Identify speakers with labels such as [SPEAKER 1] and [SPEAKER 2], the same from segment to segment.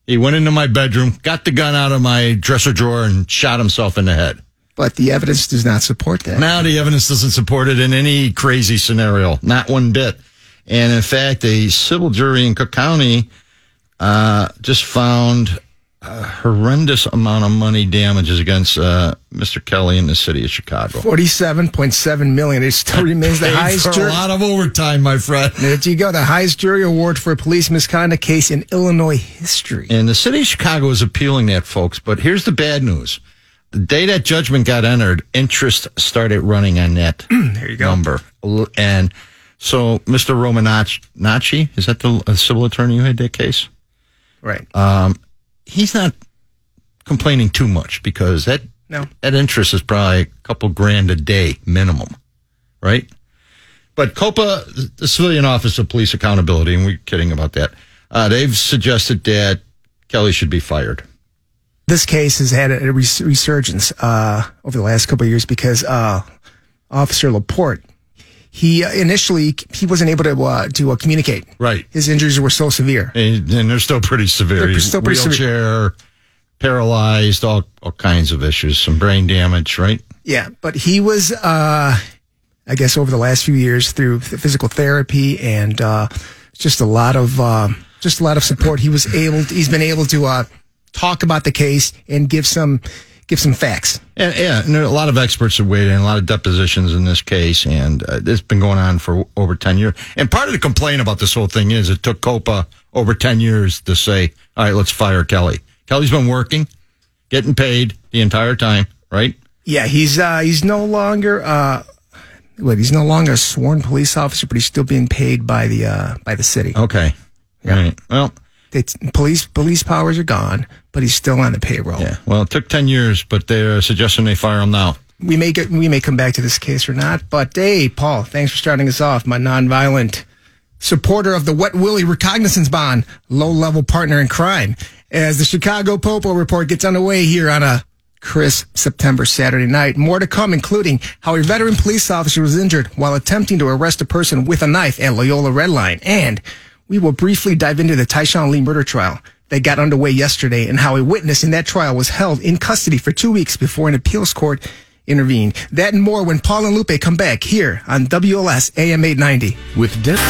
[SPEAKER 1] He went into my bedroom, got the gun out of my dresser drawer, and shot himself in the head.
[SPEAKER 2] But the evidence does not support that.
[SPEAKER 1] Now the evidence doesn't support it in any crazy scenario, not one bit. And in fact, a civil jury in Cook County uh, just found a horrendous amount of money damages against uh, Mr. Kelly in the city of Chicago.
[SPEAKER 2] Forty-seven point seven million. It still remains the
[SPEAKER 1] Paid
[SPEAKER 2] highest
[SPEAKER 1] for a
[SPEAKER 2] jury.
[SPEAKER 1] lot of overtime, my friend.
[SPEAKER 2] There you go. The highest jury award for a police misconduct case in Illinois history.
[SPEAKER 1] And the city of Chicago is appealing that, folks. But here's the bad news. The day that judgment got entered, interest started running on that there you go. number. L- And so Mr. Romanacci, is that the uh, civil attorney who had that case?
[SPEAKER 2] Right.
[SPEAKER 1] Uh, He's not complaining too much because that,
[SPEAKER 2] No.
[SPEAKER 1] that interest is probably a couple grand a day minimum, right? But COPA, the Civilian Office of Police Accountability, and we're kidding about that, uh, they've suggested that Kelly should be fired.
[SPEAKER 2] this case has had a res- resurgence uh, over the last couple of years because uh, Officer Laporte, he uh, initially he wasn't able to uh, to uh, communicate.
[SPEAKER 1] Right.
[SPEAKER 2] His injuries were so severe.
[SPEAKER 1] and, and they're still pretty severe.
[SPEAKER 2] They're still pretty severe.
[SPEAKER 1] Wheelchair, paralyzed, all all kinds of issues, some brain damage, right?
[SPEAKER 2] Yeah, but he was, uh, I guess, over the last few years through th- physical therapy and uh, just a lot of um just a lot of support. He was able. he's been able to uh, talk about the case and give some give some facts.
[SPEAKER 1] And, yeah, and there are a lot of experts have weighed in, a lot of depositions in this case, and uh, it's been going on for over ten years. And part of the complaint about this whole thing is it took Copa over ten years to say, "All right, let's fire Kelly." Kelly's been working, getting paid the entire time, right?
[SPEAKER 2] Yeah, he's uh, he's no longer uh, wait, he's no longer a sworn police officer, but he's still being paid by the uh, by the city.
[SPEAKER 1] Okay, right. Well,
[SPEAKER 2] It's, police police powers are gone, but he's still on the payroll.
[SPEAKER 1] yeah. Well, it took ten years, but they're suggesting they fire him now.
[SPEAKER 2] We may get we may come back to this case or not, but hey, Paul, thanks for starting us off. My nonviolent supporter of the Wet Willie Recognizance Bond, low level partner in crime. As the Chicago Popo report gets underway here on a crisp September Saturday night. More to come, including how a veteran police officer was injured while attempting to arrest a person with a knife at Loyola Red Line. And we will briefly dive into the Tyshawn Lee murder trial that got underway yesterday and how a witness in that trial was held in custody for two weeks before an appeals court intervened. That and more when Paul and Lupe come back here on WLS AM 890.
[SPEAKER 3] With Dennis.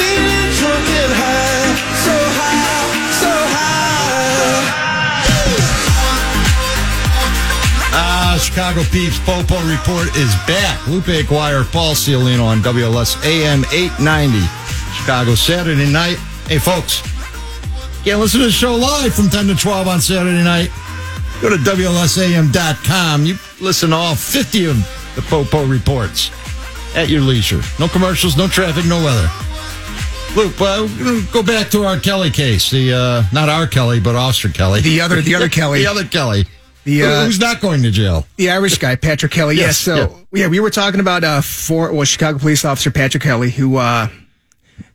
[SPEAKER 1] Ah, Chicago Peeps Popo Report is back. Lupe Aguirre, Paul Ciolino on WLS AM 890, Chicago Saturday night. Hey, folks, can't listen to the show live from 10 to 12 on Saturday night. Go to WLSAM.com. You listen to all 50 of the Popo Reports at your leisure. No commercials, no traffic, no weather. Luke, well, we're going to go back to our Kelly case. The uh, Not our Kelly, but Officer Kelly.
[SPEAKER 2] The other- the other Kelly.
[SPEAKER 1] the other Kelly.
[SPEAKER 2] The
[SPEAKER 1] Who-
[SPEAKER 2] uh,
[SPEAKER 1] Who's not going to jail?
[SPEAKER 2] the Irish guy, Patrick Kelly.
[SPEAKER 1] Yes,
[SPEAKER 2] Yes. so yeah. we were talking about uh, for well, Chicago police officer Patrick Kelly, who uh,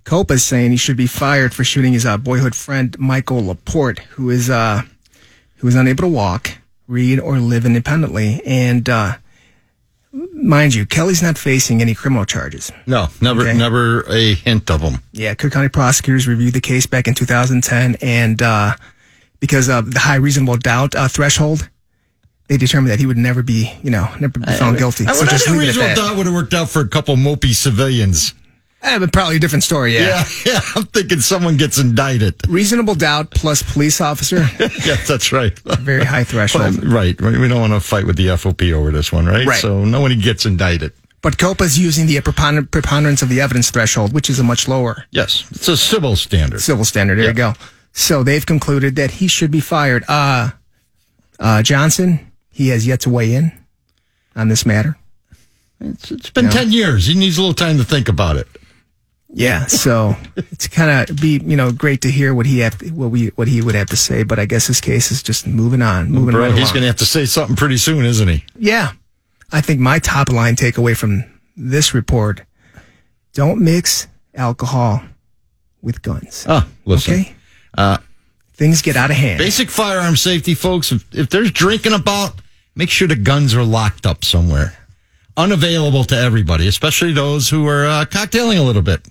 [SPEAKER 2] Copa is saying he should be fired for shooting his uh, boyhood friend Michael Laporte, who is uh, who is unable to walk, read, or live independently. And uh, mind you, Kelly's not facing any criminal charges.
[SPEAKER 1] No, never,
[SPEAKER 2] Okay.
[SPEAKER 1] never a hint of him.
[SPEAKER 2] Yeah, Cook County prosecutors reviewed the case back in 2010, and uh, because of the high reasonable doubt uh, threshold, they determined that he would never be, you know, never be found guilty.
[SPEAKER 1] I
[SPEAKER 2] so
[SPEAKER 1] would
[SPEAKER 2] just
[SPEAKER 1] have
[SPEAKER 2] leave it
[SPEAKER 1] original
[SPEAKER 2] at that.
[SPEAKER 1] thought would have worked out for a couple mopey civilians.
[SPEAKER 2] Eh, but probably a different story. Yeah.
[SPEAKER 1] Yeah, yeah. I'm thinking someone gets indicted.
[SPEAKER 2] Reasonable doubt plus police officer,
[SPEAKER 1] yeah, that's right.
[SPEAKER 2] very high threshold.
[SPEAKER 1] right, right. We don't want to fight with the FOP over this one, right?
[SPEAKER 2] Right.
[SPEAKER 1] So nobody gets indicted.
[SPEAKER 2] But Copa's using the preponer- preponderance of the evidence threshold, which is a much lower
[SPEAKER 1] Yes, it's a civil standard.
[SPEAKER 2] civil standard. There you go. So they've concluded that he should be fired. Uh, uh, Johnson, he has yet to weigh in on this matter.
[SPEAKER 1] It's- it's been ten years. He needs a little time to think about it.
[SPEAKER 2] Yeah, so it's kind of be you know great to hear what he have what we what he would have to say, but I guess his case is just moving on, moving
[SPEAKER 1] Bro,
[SPEAKER 2] right
[SPEAKER 1] he's
[SPEAKER 2] along.
[SPEAKER 1] going to have to say something pretty soon, isn't he?
[SPEAKER 2] yeah, I think my top line takeaway from this report: don't mix alcohol with guns.
[SPEAKER 1] Ah, listen.
[SPEAKER 2] okay,
[SPEAKER 1] Uh,
[SPEAKER 2] things get out of hand.
[SPEAKER 1] Basic firearm safety, folks. If, if there's drinking about, make sure the guns are locked up somewhere, unavailable to everybody, especially those who are uh, cocktailing a little bit,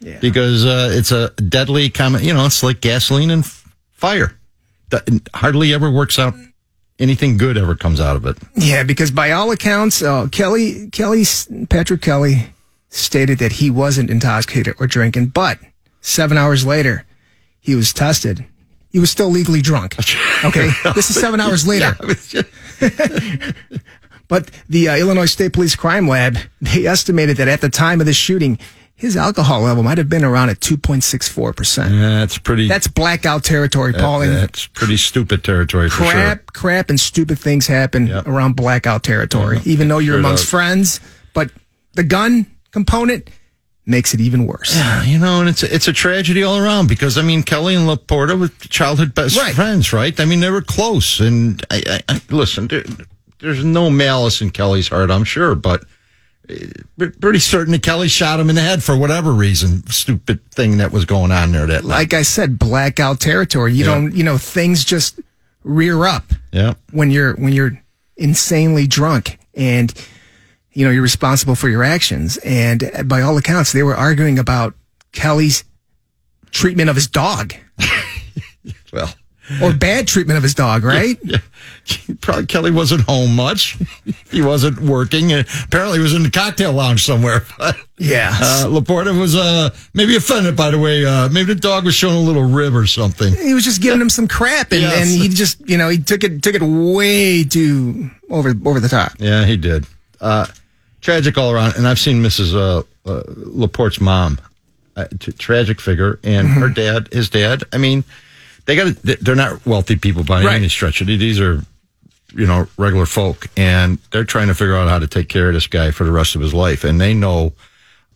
[SPEAKER 2] Yeah.
[SPEAKER 1] because uh, it's a deadly common. You know, it's like gasoline and f- fire. That hardly ever works out. Anything good ever comes out of it.
[SPEAKER 2] Yeah, because by all accounts, uh, Kelly, Kelly, Patrick Kelly stated that he wasn't intoxicated or drinking, but seven hours later, he was tested. He was still legally drunk. Okay, this is seven hours later. But the uh, Illinois State Police Crime Lab they estimated that at the time of the shooting, his alcohol level might have been around at two point six four percent.
[SPEAKER 1] That's pretty.
[SPEAKER 2] That's blackout territory, Pauling.
[SPEAKER 1] that's pretty stupid territory for
[SPEAKER 2] crap,
[SPEAKER 1] sure.
[SPEAKER 2] crap, and stupid things happen
[SPEAKER 1] Yep.
[SPEAKER 2] around blackout territory, even though you're
[SPEAKER 1] Sure
[SPEAKER 2] amongst
[SPEAKER 1] does.
[SPEAKER 2] friends. But the gun component makes it even worse.
[SPEAKER 1] You know, and it's a, it's a tragedy all around because I mean Kelly and Laporta were childhood best
[SPEAKER 2] Right.
[SPEAKER 1] friends, right? I mean they were close, and I, I, I listen. There, there's no malice in Kelly's heart, I'm sure, but eh, we're pretty certain that Kelly shot him in the head for whatever reason, stupid thing that was going on there that night.
[SPEAKER 2] Like I said, blackout territory. You
[SPEAKER 1] Yeah.
[SPEAKER 2] don't, you know, things just rear up
[SPEAKER 1] Yeah,
[SPEAKER 2] when you're when you're insanely drunk and you know you're responsible for your actions. And by all accounts, they were arguing about Kelly's treatment of his dog
[SPEAKER 1] well,
[SPEAKER 2] or bad treatment of his dog, right?
[SPEAKER 1] probably Kelly wasn't home much. he wasn't working. and Apparently, he was in the cocktail lounge somewhere.
[SPEAKER 2] Yeah.
[SPEAKER 1] Uh, Laporta was uh, maybe offended, by the way. Uh, maybe the dog was showing a little rib or something.
[SPEAKER 2] he was just giving him some crap, and,
[SPEAKER 1] Yes.
[SPEAKER 2] and he just you know he took it took it way too over over the top.
[SPEAKER 1] Yeah, he did. Uh, tragic all around. And I've seen Mrs. Uh, uh, Laporte's mom, uh, t- tragic figure, and
[SPEAKER 2] Mm-hmm.
[SPEAKER 1] her dad, his dad. I mean, they got they're not wealthy people by
[SPEAKER 2] Right.
[SPEAKER 1] any stretch. These are, you know, regular folk, and they're trying to figure out how to take care of this guy for the rest of his life. And they know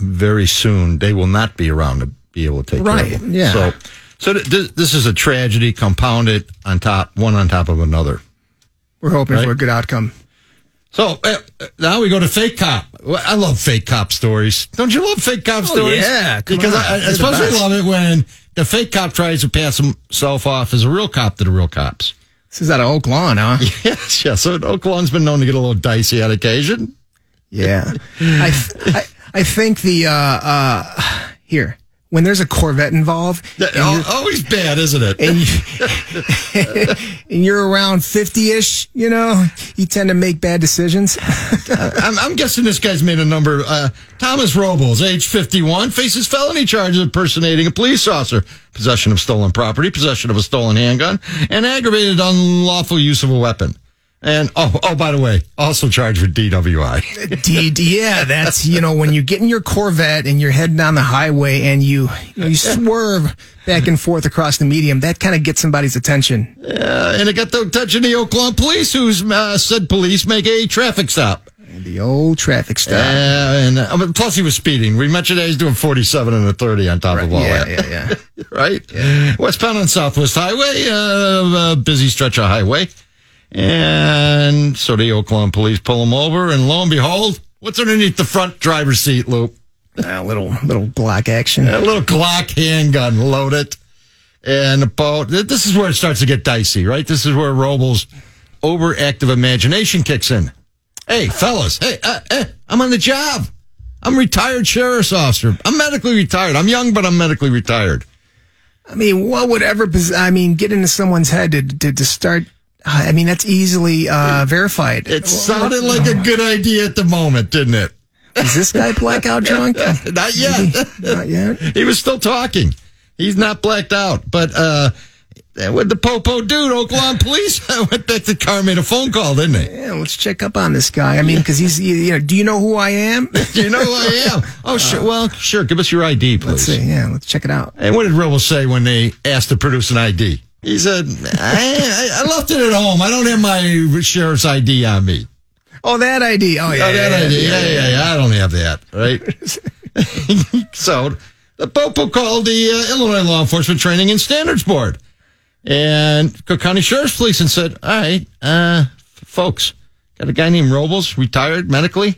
[SPEAKER 1] very soon they will not be around to be able to take
[SPEAKER 2] Right,
[SPEAKER 1] care of him.
[SPEAKER 2] yeah.
[SPEAKER 1] So, so th- this, this is a tragedy compounded on top, one on top of another.
[SPEAKER 2] We're hoping
[SPEAKER 1] Right.
[SPEAKER 2] for a good outcome.
[SPEAKER 1] So uh, uh, now we go to fake cop. Well, I love fake cop stories. Don't you love fake cop stories?
[SPEAKER 2] Oh, yeah, come
[SPEAKER 1] because
[SPEAKER 2] on.
[SPEAKER 1] I, I
[SPEAKER 2] They're the
[SPEAKER 1] especially
[SPEAKER 2] best.
[SPEAKER 1] love it when the fake cop tries to pass himself off as a real cop to the real cops.
[SPEAKER 2] This is out of Oak Lawn, huh?
[SPEAKER 1] Yes, yes. So Oaklawn's been known to get a little dicey on occasion.
[SPEAKER 2] Yeah, I, th- I I think the uh, uh, here when there's a Corvette involved,
[SPEAKER 1] That-
[SPEAKER 2] and,
[SPEAKER 1] al-
[SPEAKER 2] you're,
[SPEAKER 1] Oh, Always bad, isn't it?
[SPEAKER 2] and, you,
[SPEAKER 1] oh.
[SPEAKER 2] and you're around fifty ish, you know, you tend to make bad decisions.
[SPEAKER 1] I'm, I'm guessing this guy's made a number. Uh, Thomas Robles, age 51, faces felony charges of impersonating a police officer, possession of stolen property, possession of a stolen handgun, and aggravated unlawful use of a weapon. And oh, oh, by the way, also charged with DWI.
[SPEAKER 2] D- d- yeah, that's you know when you get in your Corvette and you're heading down the highway and you you, know, you swerve back and forth across the medium. That kind of gets somebody's attention.
[SPEAKER 1] Uh, and it got the attention of the Oakland police, who's uh, said police make a traffic stop.
[SPEAKER 2] The old traffic stop.
[SPEAKER 1] Uh, and uh, plus, he was speeding. We mentioned that he's doing 47 and a 30 on top of all
[SPEAKER 2] yeah,
[SPEAKER 1] that.
[SPEAKER 2] yeah, yeah.
[SPEAKER 1] right? Westbound on Southwest Highway, uh, a busy stretch of highway. And so the Oakland police pull him over, and lo and behold, what's underneath the front driver's seat, Loop?
[SPEAKER 2] A Uh, little little Glock action.
[SPEAKER 1] A little Glock handgun loaded. And about, th- this is where it starts to get dicey, right? This is where Robles' overactive imagination kicks in. Hey, fellas, hey, uh, eh, I'm on the job. I'm retired sheriff's officer. I'm medically retired. I'm young, but I'm medically retired.
[SPEAKER 2] I mean, what would ever? pos- I mean, get into someone's head to to, to start. I mean, that's easily uh, verified.
[SPEAKER 1] It sounded like a good idea at the moment, didn't it?
[SPEAKER 2] Is this guy blackout drunk?
[SPEAKER 1] Not yet.
[SPEAKER 2] Not yet.
[SPEAKER 1] he was still talking. He's not blacked out. But uh, what the popo dude, Oakland police went back to car, made a phone call, didn't they?
[SPEAKER 2] Yeah, let's check up on this guy. I mean, because he's you know. Do you know who I am?
[SPEAKER 1] Do you know who I am? Oh, sure. Well, sure. Give us your ID, please.
[SPEAKER 2] Uh, Let's see. Yeah, let's check it out.
[SPEAKER 1] And what did Rebels say when they asked to produce an ID? He said, I, I- I left it at home. I don't have my sheriff's ID on me.
[SPEAKER 2] Oh, that ID. Oh yeah.
[SPEAKER 1] Oh, that
[SPEAKER 2] yeah,
[SPEAKER 1] idea.
[SPEAKER 2] yeah,
[SPEAKER 1] Yeah, yeah, yeah, I don't have that, right? so the Popo called the uh, Illinois Law Enforcement Training and Standards Board and Cook County Sheriff's Police and said, all right, uh, f- folks, got a guy named Robles, retired medically.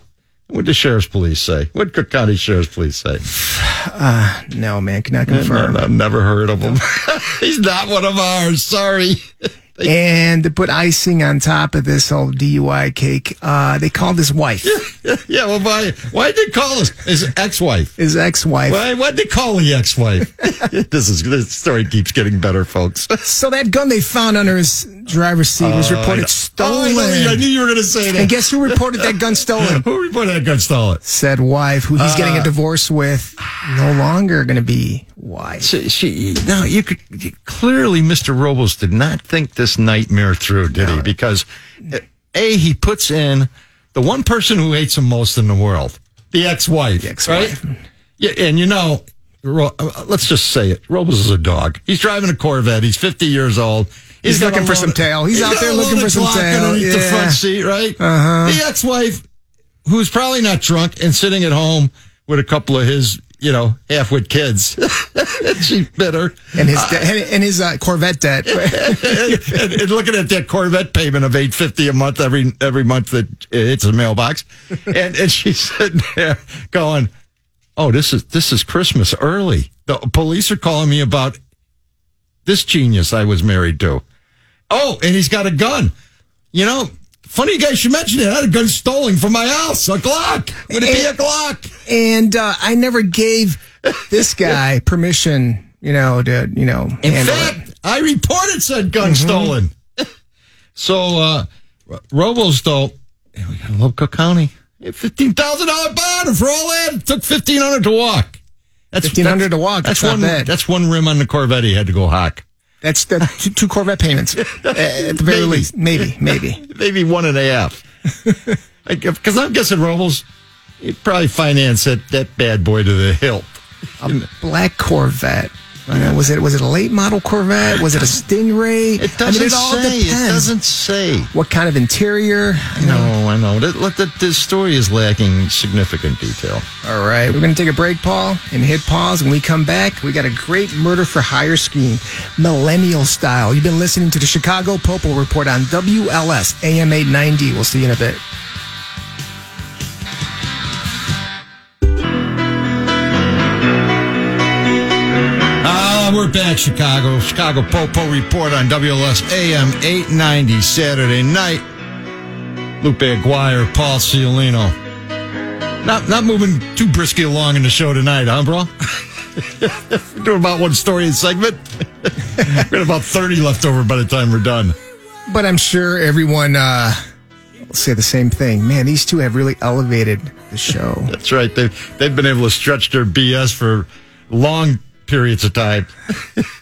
[SPEAKER 1] What'd the Sheriff's Police say? What'd Cook County Sheriff's Police say?
[SPEAKER 2] yeah. No, man, cannot
[SPEAKER 1] No,
[SPEAKER 2] confirm.
[SPEAKER 1] no, I've never heard of him. He's not one of ours. Sorry.
[SPEAKER 2] And to put icing on top of this whole DUI cake, uh, they called his wife,
[SPEAKER 1] yeah, well, why, why did they call us his ex-wife?
[SPEAKER 2] his ex-wife.
[SPEAKER 1] Why, why'd they call the ex-wife? this is this story keeps getting better, folks.
[SPEAKER 2] So that gun they found under his driver's seat was reported stolen.
[SPEAKER 1] Oh, I, knew, I knew you were going to say that.
[SPEAKER 2] and guess who reported that gun stolen?
[SPEAKER 1] Who reported that gun stolen?
[SPEAKER 2] Said wife, who he's
[SPEAKER 1] Uh.
[SPEAKER 2] getting a divorce with, no longer going to be wife.
[SPEAKER 1] She, she no, you could you- clearly, Mr. Robles did not think this nightmare through, did he? Because uh, a he puts in the one person who hates him most in the world, the ex-wife,
[SPEAKER 2] ex-wife.
[SPEAKER 1] right? Yeah, and you know, Ro- uh, let's just say it. Robles is a dog. He's driving a Corvette. He's fifty years old.
[SPEAKER 2] He's
[SPEAKER 1] got
[SPEAKER 2] looking
[SPEAKER 1] a
[SPEAKER 2] for
[SPEAKER 1] load
[SPEAKER 2] some
[SPEAKER 1] of-
[SPEAKER 2] tail. He's out
[SPEAKER 1] got
[SPEAKER 2] there
[SPEAKER 1] a
[SPEAKER 2] looking
[SPEAKER 1] load
[SPEAKER 2] for
[SPEAKER 1] of
[SPEAKER 2] some
[SPEAKER 1] Glock
[SPEAKER 2] tail.
[SPEAKER 1] Underneath the
[SPEAKER 2] Yeah. Uh-huh.
[SPEAKER 1] front seat, right? The ex-wife, who's probably not drunk and sitting at home with a couple of his, you know, half-wit kids. She's bitter.
[SPEAKER 2] And his de- and, and his uh, Corvette debt.
[SPEAKER 1] and, and- and looking at that Corvette payment of eight fifty a month every every month that hits the mailbox, and and she's sitting there going, "Oh, this is this is Christmas early." The police are calling me about this genius I was married to. Oh, and he's got a gun. You know, funny you guys should mention it. I had a gun stolen from my house. A Glock. Would it be a Glock?
[SPEAKER 2] and uh, I never gave this guy permission, you know, to, you know,
[SPEAKER 1] In
[SPEAKER 2] handle it.
[SPEAKER 1] fact, I reported said gun
[SPEAKER 2] Mm-hmm.
[SPEAKER 1] stolen. so, uh, R- Robles, though, man, we got to love Cook County. Fifteen thousand dollar bond and for all that. It took fifteen hundred to walk. That's
[SPEAKER 2] 1500 to walk,
[SPEAKER 1] That's
[SPEAKER 2] that's not
[SPEAKER 1] one.
[SPEAKER 2] bad.
[SPEAKER 1] That's one rim on the Corvette. He had to go hock.
[SPEAKER 2] That's the two, two Corvette payments uh, at the very
[SPEAKER 1] Maybe.
[SPEAKER 2] least. Maybe, maybe.
[SPEAKER 1] Maybe one and a half. Because I'm guessing Robles, he probably financed that, that bad boy to the hilt.
[SPEAKER 2] A black Corvette. You know, was it was it a late model Corvette? Was it a Stingray?
[SPEAKER 1] It doesn't
[SPEAKER 2] I mean, it all
[SPEAKER 1] say. It
[SPEAKER 2] depends.
[SPEAKER 1] doesn't say.
[SPEAKER 2] What kind of interior? You know.
[SPEAKER 1] No, I know. That, that, this story is lacking significant detail.
[SPEAKER 2] All right, we're gonna take a break, Paul, and hit pause. When we come back, we got a great murder for hire scheme, millennial style. You've been listening to the Chicago Popo Report on WLS AM eight ninety. We'll see you in a bit.
[SPEAKER 1] Ah, we're back, Chicago. Chicago Popo Report on WLS AM 890 Saturday night. Lupe Aguirre, Paul Ciolino. Not not moving too briskly along in the show tonight, huh, bro? we're doing about one story a segment. we got about 30 left over by the time we're done.
[SPEAKER 2] But I'm sure everyone uh, will say the same thing. Man, these two have really elevated the show.
[SPEAKER 1] That's right. They've, they've been able to stretch their BS for long periods of time.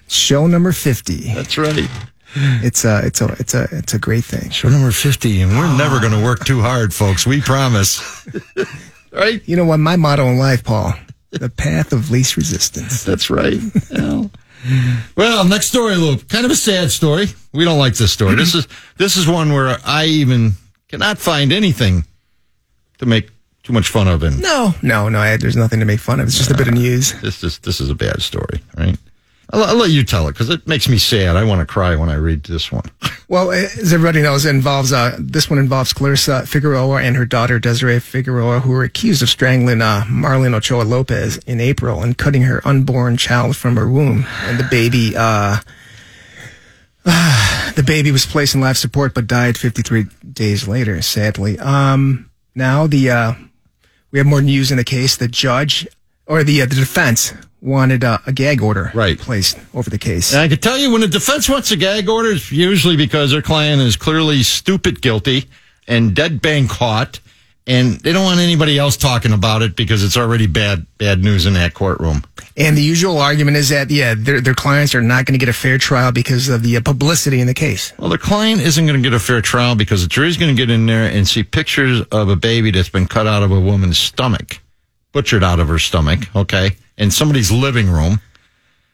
[SPEAKER 2] show number 50.
[SPEAKER 1] That's right.
[SPEAKER 2] It's a it's a it's a it's a great thing.
[SPEAKER 1] Show number 50, and we're never going to work too hard, folks. We promise. right?
[SPEAKER 2] You know what my motto in life, Paul? The path of least resistance.
[SPEAKER 1] That's right. well. next story, Luke. Kind of a sad story. We don't like this story. this is this is one where I even cannot find anything to make too much fun of, and
[SPEAKER 2] No, no, no. I, there's nothing to make fun of. It's just a bit of news.
[SPEAKER 1] this is this is a bad story, right? I'll, I'll let you tell it because it makes me sad. I want to cry when I read this one.
[SPEAKER 2] Well, eh, as everybody knows, it involves uh, this one involves Clarissa Figueroa and her daughter Desiree Figueroa, who were accused of strangling uh, Marlene Ochoa Lopez in April and cutting her unborn child from her womb, and the baby. Uh, the baby was placed in life support but died 53 days later, sadly. Um, now the uh, we have more news in the case. The judge or the uh, the defense wanted uh, a gag order
[SPEAKER 1] Right.
[SPEAKER 2] placed over the case.
[SPEAKER 1] And I can tell you when the defense wants a gag order, it's usually because their client is clearly stupid guilty and dead bang caught, and they don't want anybody else talking about it because it's already bad bad news in that courtroom.
[SPEAKER 2] And the usual argument is that yeah, their their clients are not going to get a fair trial because of the uh, publicity in the case.
[SPEAKER 1] Well, the client isn't going to get a fair trial because the jury's going to get in there and see pictures of a baby that's been cut out of a woman's stomach, butchered out of her stomach, okay, in somebody's living room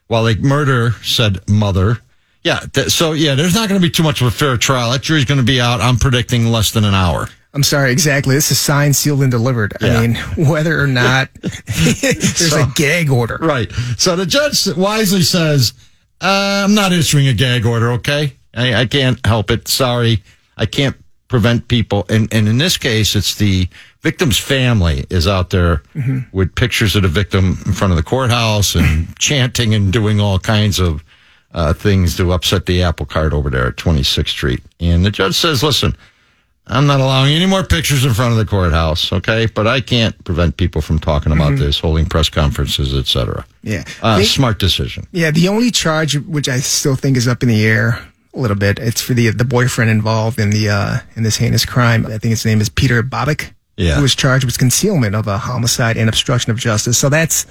[SPEAKER 1] while they murder said mother. Yeah, th- so yeah, there's not going to be too much of a fair trial. That jury's going to be out, I'm predicting, less than an hour.
[SPEAKER 2] I'm sorry, exactly. This is signed, sealed, and delivered.
[SPEAKER 1] Yeah.
[SPEAKER 2] I mean, whether or not there's a gag order.
[SPEAKER 1] Right. So the judge wisely says, uh, I'm not issuing a gag order, okay? I, I can't help it. Sorry. I can't prevent people. And, and in this case, it's the victim's family is out there with pictures of the victim in front of the courthouse and chanting and doing all kinds of uh, things to upset the apple cart over there at 26th Street. And the judge says, listen, I'm not allowing any more pictures in front of the courthouse, okay? But I can't prevent people from talking about this, holding press conferences, etc.
[SPEAKER 2] Yeah.
[SPEAKER 1] Uh,
[SPEAKER 2] They-
[SPEAKER 1] smart decision.
[SPEAKER 2] Yeah, the only charge which I still think is up in the air a little bit, it's for the the boyfriend involved in the uh, in this heinous crime. I think his name is Peter Bobick.
[SPEAKER 1] Yeah.
[SPEAKER 2] Who was charged with concealment of a homicide and obstruction of justice. So that's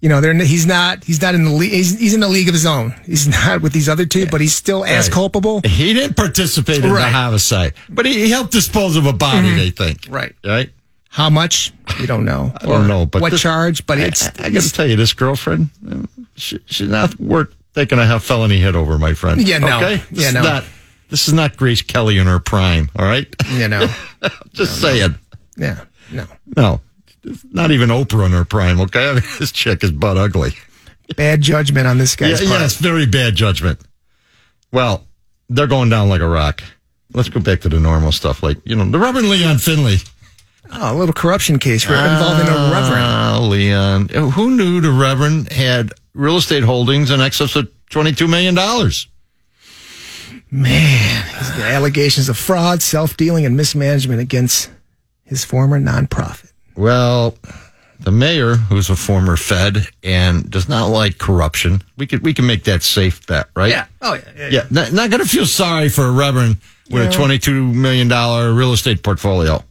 [SPEAKER 2] you know, they're, he's not he's not in the league he's, he's in the league of his own. He's not with these other two, but he's still as
[SPEAKER 1] Right.
[SPEAKER 2] culpable.
[SPEAKER 1] He didn't participate in the
[SPEAKER 2] Right. Mm-hmm.
[SPEAKER 1] homicide, but he, he helped dispose of a body. They think,
[SPEAKER 2] Right.
[SPEAKER 1] right?
[SPEAKER 2] How much? We don't know. I
[SPEAKER 1] don't know, but
[SPEAKER 2] what
[SPEAKER 1] this-
[SPEAKER 2] charge, but it's
[SPEAKER 1] I, I got to tell you, this girlfriend, um, she, she's not worth taking a half felony hit over, my friend.
[SPEAKER 2] Yeah, no.
[SPEAKER 1] Okay? This
[SPEAKER 2] Yeah,
[SPEAKER 1] is
[SPEAKER 2] no.
[SPEAKER 1] Not, this is not Grace Kelly in her prime. All right,
[SPEAKER 2] you know.
[SPEAKER 1] just saying.
[SPEAKER 2] Yeah. No.
[SPEAKER 1] No, it's not even Oprah in her prime. Okay, I mean, this chick is butt ugly.
[SPEAKER 2] Bad judgment on this
[SPEAKER 1] Yeah,
[SPEAKER 2] guy's part.
[SPEAKER 1] yes, very bad judgment. Well, they're going down like a rock. Let's go back to the normal stuff, like you know, the Reverend Leon Finley.
[SPEAKER 2] Oh, a little corruption case for involving a reverend.
[SPEAKER 1] Ah, Leon. Who knew the Reverend had real estate holdings in excess of $22 million?
[SPEAKER 2] The allegations of fraud, self dealing, and mismanagement against his former nonprofit.
[SPEAKER 1] Well, the mayor, who's a former Fed and does not like corruption, we could we can make that safe bet, right?
[SPEAKER 2] Oh, yeah.
[SPEAKER 1] Yeah. Not, not going to feel sorry for a Reverend with a $22 million real estate portfolio.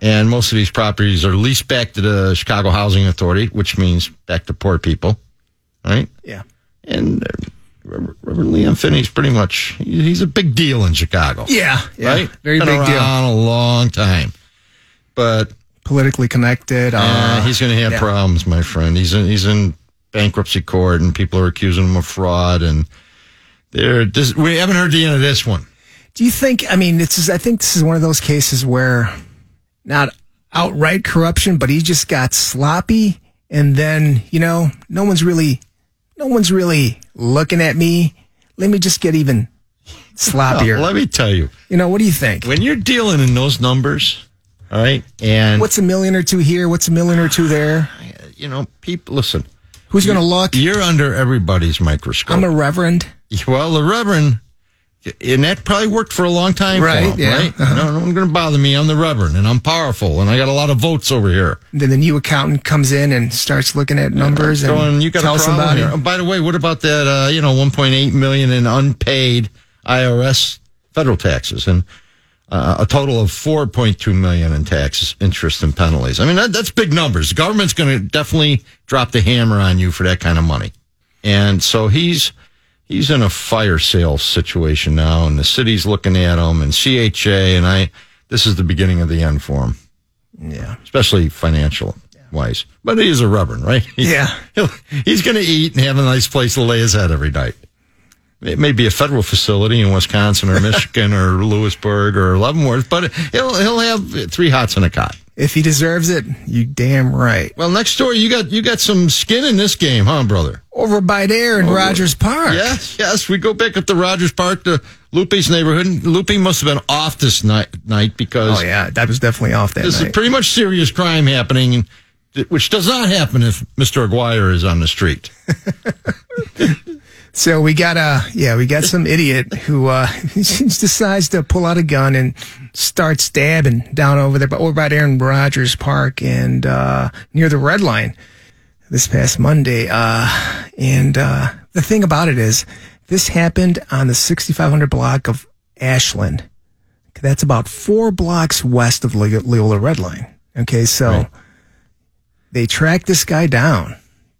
[SPEAKER 1] And most of these properties are leased back to the Chicago Housing Authority, which means back to poor people, right?
[SPEAKER 2] Yeah.
[SPEAKER 1] and uh, Reverend Reverend Leon Finney's pretty much he- he's a big deal in Chicago.
[SPEAKER 2] Yeah. yeah.
[SPEAKER 1] right.
[SPEAKER 2] Very
[SPEAKER 1] Been
[SPEAKER 2] big deal.
[SPEAKER 1] around a long time, but
[SPEAKER 2] Politically connected. Uh,
[SPEAKER 1] uh, he's going to have
[SPEAKER 2] yeah.
[SPEAKER 1] problems, my friend. He's in, he's in bankruptcy court, and people are accusing him of fraud, and they're just, we haven't heard the end of this one.
[SPEAKER 2] Do you think, I mean, this is, I think this is one of those cases where not outright corruption, but he just got sloppy. And then, you know, no one's really, no one's really looking at me. Let me just get even sloppier.
[SPEAKER 1] Let me tell you,
[SPEAKER 2] you know, what do you think?
[SPEAKER 1] when you're dealing in those numbers, all right, and
[SPEAKER 2] What's a million or two here? What's a million or two there?
[SPEAKER 1] you know, people listen.
[SPEAKER 2] Who's going to look?
[SPEAKER 1] You're under everybody's microscope.
[SPEAKER 2] I'm a reverend.
[SPEAKER 1] Well, the Reverend, and that probably worked for a long time, for
[SPEAKER 2] Right,
[SPEAKER 1] him,
[SPEAKER 2] yeah.
[SPEAKER 1] Right? No, no one's going to bother me. I'm the Reverend, and I'm powerful, and I got a lot of votes over here.
[SPEAKER 2] Then the new accountant comes in and starts looking at numbers
[SPEAKER 1] Going,
[SPEAKER 2] and
[SPEAKER 1] you got a
[SPEAKER 2] tells
[SPEAKER 1] problem
[SPEAKER 2] somebody.
[SPEAKER 1] here. Oh, by the way, what about that? Uh, you know, 1.8 million in unpaid IRS federal taxes, and uh, a total of 4.2 million in taxes, interest, and penalties. I mean, that, that's big numbers. The government's going to definitely drop the hammer on you for that kind of money, and so he's. he's in a fire sale situation now, and the city's looking at him, and CHA, and I. This is the beginning of the end for him. Yeah, especially financial wise. But he is a reverend, right? He-
[SPEAKER 2] Yeah.
[SPEAKER 1] he'll- he's going to eat and have a nice place to lay his head every night. It may be a federal facility in Wisconsin or Michigan or Lewisburg or Leavenworth, but he'll he'll have three hots and a cot.
[SPEAKER 2] If he deserves it, you damn right.
[SPEAKER 1] Well, next door, you got you got some skin in this game, huh, brother?
[SPEAKER 2] Over by there in Rogers Park.
[SPEAKER 1] Yes, yes. We go back up to Rogers Park to Lupe's neighborhood. And Lupe must have been off this night night because
[SPEAKER 2] Oh yeah, that was definitely off that
[SPEAKER 1] this
[SPEAKER 2] night.
[SPEAKER 1] is pretty much serious crime happening, th- which does not happen if Mr. Aguirre is on the street.
[SPEAKER 2] So we got uh yeah, we got some idiot who uh decides to pull out a gun and start stabbing down over there, but over by Aaron Rodgers Park and uh near the red line this past Monday. Uh and uh the thing about it is this happened on the 6500 block of Ashland. That's about 4 blocks west of Le- Leola Red Line. Okay, so they tracked this guy down.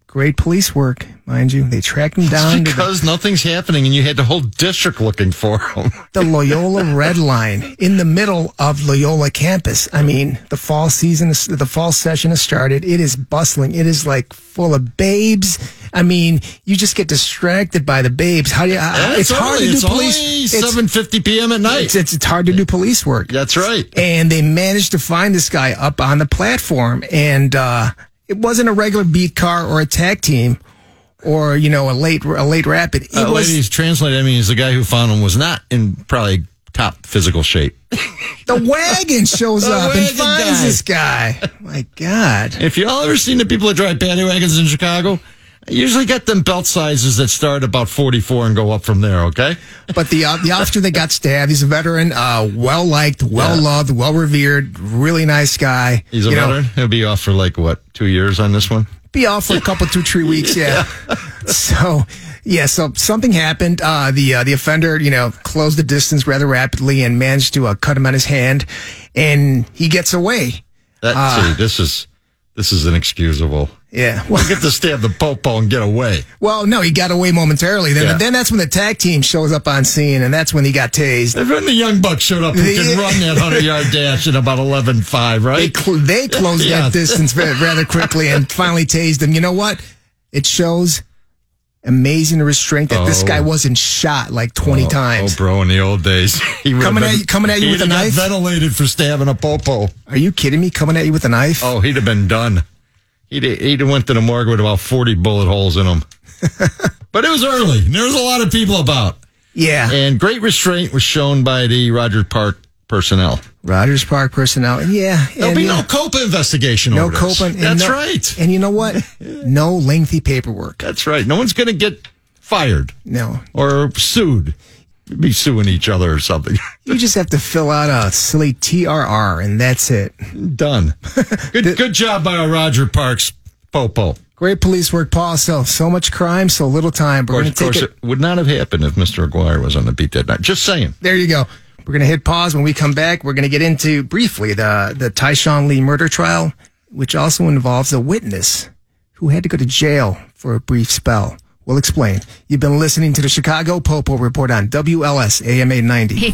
[SPEAKER 2] Great police work, mind you. They tracked him down to the-
[SPEAKER 1] because nothing's happening, and you had the whole district looking for him.
[SPEAKER 2] the Loyola Red Line in the middle of Loyola campus. I mean, the fall season, is- the fall session has started. It is bustling. It is like full of babes. I mean, you just get distracted by the babes. How do you? I- I- it's hard
[SPEAKER 1] only,
[SPEAKER 2] to do
[SPEAKER 1] it's
[SPEAKER 2] police.
[SPEAKER 1] Only
[SPEAKER 2] it's-
[SPEAKER 1] seven fifty p.m. at night.
[SPEAKER 2] it's, it's, it's hard to do police work.
[SPEAKER 1] That's right.
[SPEAKER 2] And they managed to find this guy up on the platform. And uh, it wasn't a regular beat car or a tag team or, you know, a late a late rapid. It
[SPEAKER 1] Uh,
[SPEAKER 2] was
[SPEAKER 1] ladies, translate. I mean, is the guy who found him was not in probably top physical shape.
[SPEAKER 2] the wagon shows
[SPEAKER 1] The
[SPEAKER 2] up and
[SPEAKER 1] wagon
[SPEAKER 2] finds
[SPEAKER 1] guy.
[SPEAKER 2] this guy. My God.
[SPEAKER 1] If you all ever seen the people that drive paddy wagons in Chicago, I usually get them belt sizes that start about forty four and go up from there. Okay.
[SPEAKER 2] But the uh, the officer that got stabbed, he's a veteran, uh, well liked, well loved, well revered, really nice guy.
[SPEAKER 1] He's a
[SPEAKER 2] You know,
[SPEAKER 1] veteran. He'll be off for like what two years on this one.
[SPEAKER 2] be off for a couple, two, three weeks. Yeah. So, yeah. So something happened. Uh, the uh, the offender, you know, closed the distance rather rapidly and managed to uh, cut him on his hand, and he gets away.
[SPEAKER 1] That see, this is this is inexcusable.
[SPEAKER 2] Yeah. Well,
[SPEAKER 1] You get to stab the popo and get away.
[SPEAKER 2] well, no, he got away momentarily. Then,
[SPEAKER 1] Yeah.
[SPEAKER 2] then that's when the tag team shows up on scene, and that's when he got tased.
[SPEAKER 1] If when the young buck showed up, he
[SPEAKER 2] Yeah.
[SPEAKER 1] could run that hundred yard dash in about eleven five,
[SPEAKER 2] They
[SPEAKER 1] right?
[SPEAKER 2] cl- they closed
[SPEAKER 1] Yeah.
[SPEAKER 2] that distance ve- rather quickly and finally tased him. You know what? It shows amazing restraint that this
[SPEAKER 1] Oh.
[SPEAKER 2] guy wasn't shot like 20
[SPEAKER 1] Oh,
[SPEAKER 2] times.
[SPEAKER 1] bro, in the old days, he would've
[SPEAKER 2] Coming at you- coming at you
[SPEAKER 1] he'd
[SPEAKER 2] with a
[SPEAKER 1] have got
[SPEAKER 2] knife?
[SPEAKER 1] ventilated for stabbing a popo.
[SPEAKER 2] Are you kidding me? Coming at you with a knife?
[SPEAKER 1] Oh, he'd have been done. He'd he'd have went to the morgue with about forty bullet holes in him. but it was early. and There was a lot of people about,
[SPEAKER 2] Yeah.
[SPEAKER 1] and great restraint was shown by the Roger Park personnel.
[SPEAKER 2] Rogers Park personnel. And yeah.
[SPEAKER 1] There'll
[SPEAKER 2] and
[SPEAKER 1] be
[SPEAKER 2] yeah.
[SPEAKER 1] no COPA investigation.
[SPEAKER 2] No
[SPEAKER 1] over this.
[SPEAKER 2] Copa. and
[SPEAKER 1] That's
[SPEAKER 2] no-
[SPEAKER 1] right.
[SPEAKER 2] And you know what? No lengthy paperwork.
[SPEAKER 1] That's right. No one's going to get fired
[SPEAKER 2] No.
[SPEAKER 1] or sued. Be suing each other or something.
[SPEAKER 2] You just have to fill out a silly TRR and that's it.
[SPEAKER 1] Done. Good, good job by our Roger Parks Popo. Of
[SPEAKER 2] Great police work, Paul. So, so much crime, so little time. We're
[SPEAKER 1] course,
[SPEAKER 2] going to
[SPEAKER 1] of
[SPEAKER 2] take
[SPEAKER 1] course
[SPEAKER 2] it.
[SPEAKER 1] it. would not have happened if Mr. Aguirre was on the beat that night. Just saying.
[SPEAKER 2] There you go. We're going to hit pause. When we come back, we're going to get into briefly the, the Tyshawn Lee murder trial, which also involves a witness who had to go to jail for a brief spell. We'll explain. You've been listening to the Chicago Popo Report on WLS AMA 90.